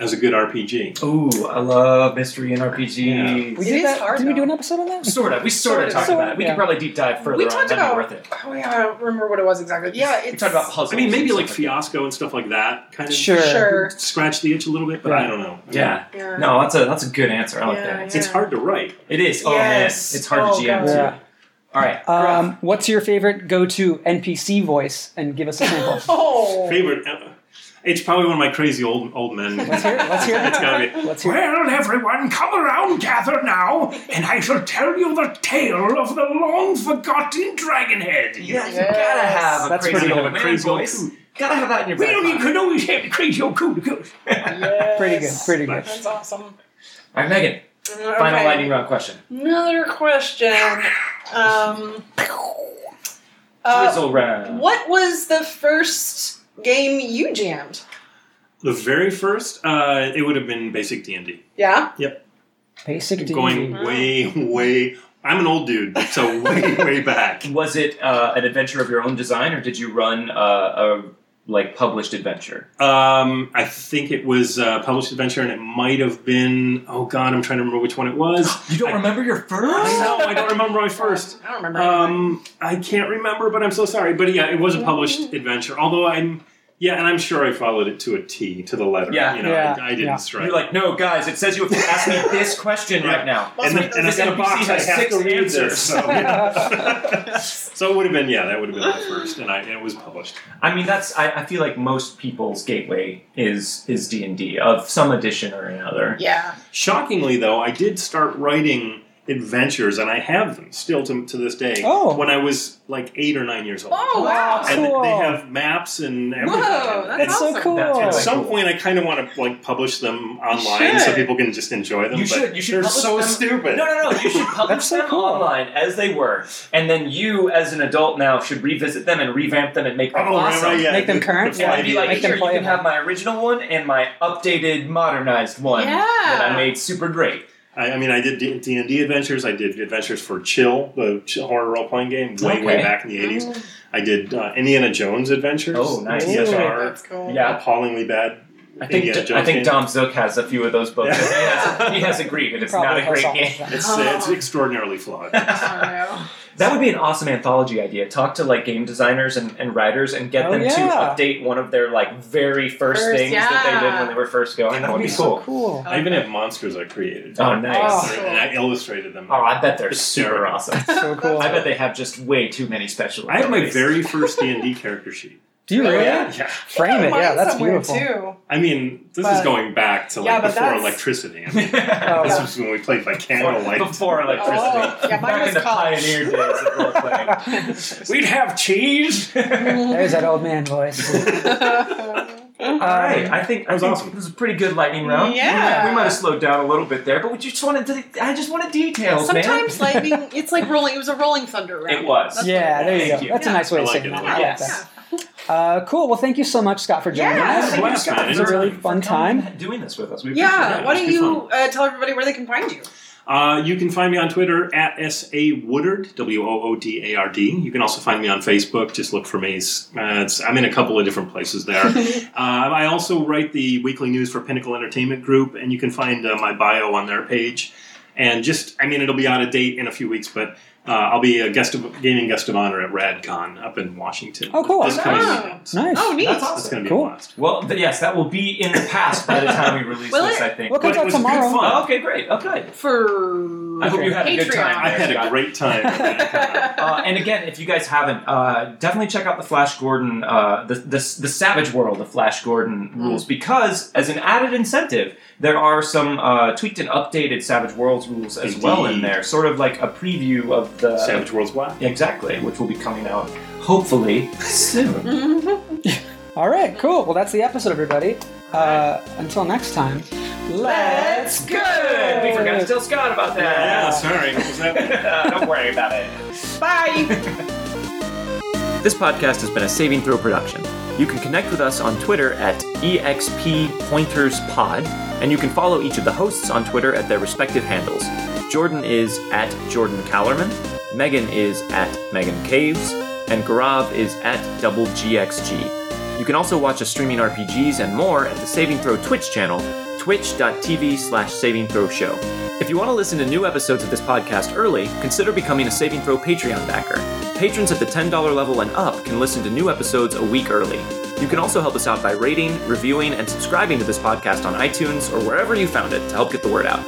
as a good RPG?
Ooh, I love mystery and RPGs.
We
It
did
is
that.
hard,
did we do
though.
an episode on that?
Sort of. We sort of
Sort of,
talked
sort
about
of,
it. We
yeah.
could probably deep dive further
we
on
talked
that'd be
about.
worth it.
Oh, yeah, I don't remember what it was exactly. Yeah, it's.
We talked about puzzles.
I mean, maybe
and
like
stuff that.
fiasco and stuff like that kind of
Sure.
Sure.
scratch the itch a little bit, but
Yeah.
I don't know. I mean,
Yeah.
Yeah.
No, that's a that's a good answer. I like
Yeah,
that.
yeah.
Answer.
it's hard to write.
It is. Oh man,
Yes.
it's hard to
Oh,
GM too.
God.
Yeah.
All right, Gruff.
Um, what's your favorite go-to NPC voice? And give us a sample.
Oh.
Favorite. uh, It's probably one of my crazy old old men.
Let's hear it. Let's hear
It's
it.
gotta be.
Let's hear it.
Well, everyone, come around, gather now, and I shall tell you the tale of the long forgotten Dragonhead.
Yeah, you
Yes.
gotta have a
That's
crazy
pretty
old
good.
man
Crazy old
voice.
coot.
Gotta have that in your
We
back
only
pocket.
could always have the crazy old coon, of course.
Yes.
Pretty good. Pretty good.
That's awesome.
All right, Megan. Final
Okay.
lightning round question.
Another question. Um, uh,
Drizzle round.
what was the first game you jammed?
The very first, uh, it would have been basic D and D.
Yeah.
Basic D.
Going way, way. I'm an old dude, so way, way back.
Was it uh, an adventure of your own design, or did you run uh, a like published adventure?
Um, I think it was uh, published adventure, and it might have been. Oh God, I'm trying to remember which one it was.
You don't
I-
remember your first?
no, I don't remember my first.
I don't remember.
Um, I can't remember, but I'm so sorry. But yeah, it was a
Mm-hmm.
published adventure. Although I'm, yeah, and I'm sure I followed it to a T, to the letter.
Yeah.
you know,
Yeah.
I, I didn't
Yeah.
strike.
You're like, no, guys. It says you have to ask me this question right now.
and the, and
This
it's in a
NPC
box. I
has
have
six
to read
answers.
this. So, yeah. So it would have been yeah, that would have been my first, and I and it was published.
I mean, that's. I, I feel like most people's gateway is is D and D of some edition or another.
yeah.
Shockingly, though, I did start writing adventures, and I have them still to, to this day.
Oh.
when I was like eight or nine years old.
Oh wow.
And they-
Cool.
they have maps and everything.
Whoa,
And
that's
That's so
Awesome.
cool.
That's
At
really
some
Oh, cool.
point, I kind of want to like publish them online so
should.
people can just enjoy them.
You
but
should. You should.
They're
publish
so
them.
stupid.
No, no, no. You should publish
That's so
them
cool.
online as they were, and then you, as an adult now, should revisit them and revamp them and make them
Oh, right,
awesome.
right, yeah.
Make them
The-
current?
the
And
fly
I'd be
idea.
like,
Make them
here, you can
playable.
have my original one and my updated, modernized one
Yeah.
that I made super great.
I, I mean, I did D and D adventures. I did adventures for Chill, the ch- horror role playing game, way
Okay.
way back in the eighties.
Mm,
I did uh, Indiana Jones adventures.
Oh, nice.
TSR.
That's cool.
Yeah.
Appallingly bad.
I think
Indiana
I
Jones
think
game.
Dom Zook has a few of those books.
Yeah.
He, has, he has agreed that it's
Probably
not a great
has all
game.
of them.
It's uh, it's extraordinarily flawed.
I
That would be an awesome anthology idea. Talk to like game designers and, and writers and get
Oh,
them to
yeah.
update one of their like very first,
First,
things that they did
yeah.
when they were first going. That would be cool.
So cool.
I even have monsters I created.
Oh, nice.
Oh.
And I illustrated them.
Oh, I bet they're
It's
super
terrible.
awesome.
So cool.
I bet they have just way too many special.
I have my
abilities.
very first D and D character sheet.
Do you really?
Yeah, yeah.
Frame it.
Mine
Yeah, that's
somewhere,
beautiful.
Too.
I mean, this is
But-
going back to like
Yeah, but
before
that's-
electricity. I mean,
Oh,
this
yeah.
was when we played by
Before,
candlelight.
before electricity.
Oh, yeah, mine
Back
was
in the
college.
pioneer days of role playing.
Oh.
We'd have cheese.
There's that old man voice.
All right, I think I
was
think
awesome.
This was a pretty good lightning round.
Yeah.
We might- we might have slowed down a little bit there, but we just wanted to. I just wanted details,
Sometimes
man.
lightning, it's like rolling. It was a rolling thunder round.
It was.
That's
yeah,
what
there
it
you
Thank
go.
you.
That's a
Yeah.
nice way
I
of
like
saying
it a
that.
lot.
I like
Yes.
that. Uh, cool. Well, thank you so much, Scott, for joining
Yeah,
us.
thank
you, Scott.
It was a really fun time.
doing this with us. We appreciate
Yeah,
it.
why don't
it's good
you uh, tell everybody where they can find you?
Uh, you can find me on Twitter at S A Woodard W O O D A R D. You can also find me on Facebook. Just look for me. It's- uh, it's- I'm in a couple of different places there. uh, I also write the weekly news for Pinnacle Entertainment Group, and you can find uh, my bio on their page. And just, I mean, it'll be out of date in a few weeks, but uh, I'll be a guest of, gaming guest of honor at RadCon up in Washington.
Oh, cool.
This coming
Wow.
weekend. So
Nice.
Oh, neat.
That's
It's going
awesome.
to be
Cool.
a blast.
Well, th- yes, that will be in the past by the time we release
Will
this.
it?
I think.
Well, comes
But it
out
was good
tomorrow.
fun.
Oh, okay, great. Okay.
For
I hope you had a good time.
I had a
Scott.
great time. at RadCon.
uh, and again, if you guys haven't, uh, definitely check out the Flash Gordon, uh, the, the the Savage World of Flash Gordon rules, because as an added incentive, there are some uh, tweaked and updated Savage Worlds rules as well in
Indeed.
there, sort of like a preview of the
Savage Worlds Wow.
exactly, which will be coming out hopefully soon.
All right, cool. Well, that's the episode, everybody. Uh, until next time, let's go.
Good. We forgot to tell Scott about that.
Yeah, sorry. What was that?
Don't worry about it.
Bye.
This podcast has been a Saving Throw production. You can connect with us on Twitter at E exppointerspod, and you can follow each of the hosts on Twitter at their respective handles. Jordan is at Jordan Callerman, Megan is at Megan Caves, and Garav is at Double GXG. You can also watch us streaming RPGs and more at the Saving Throw Twitch channel, twitch.tv slash Saving Throw Show. If you want to listen to new episodes of this podcast early, consider becoming a Saving Throw Patreon backer. Patrons at the $10 level and up can listen to new episodes a week early. You can also help us out by rating, reviewing, and subscribing to this podcast on iTunes or wherever you found it to help get the word out.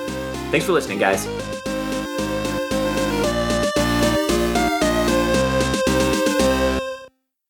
Thanks for listening, guys.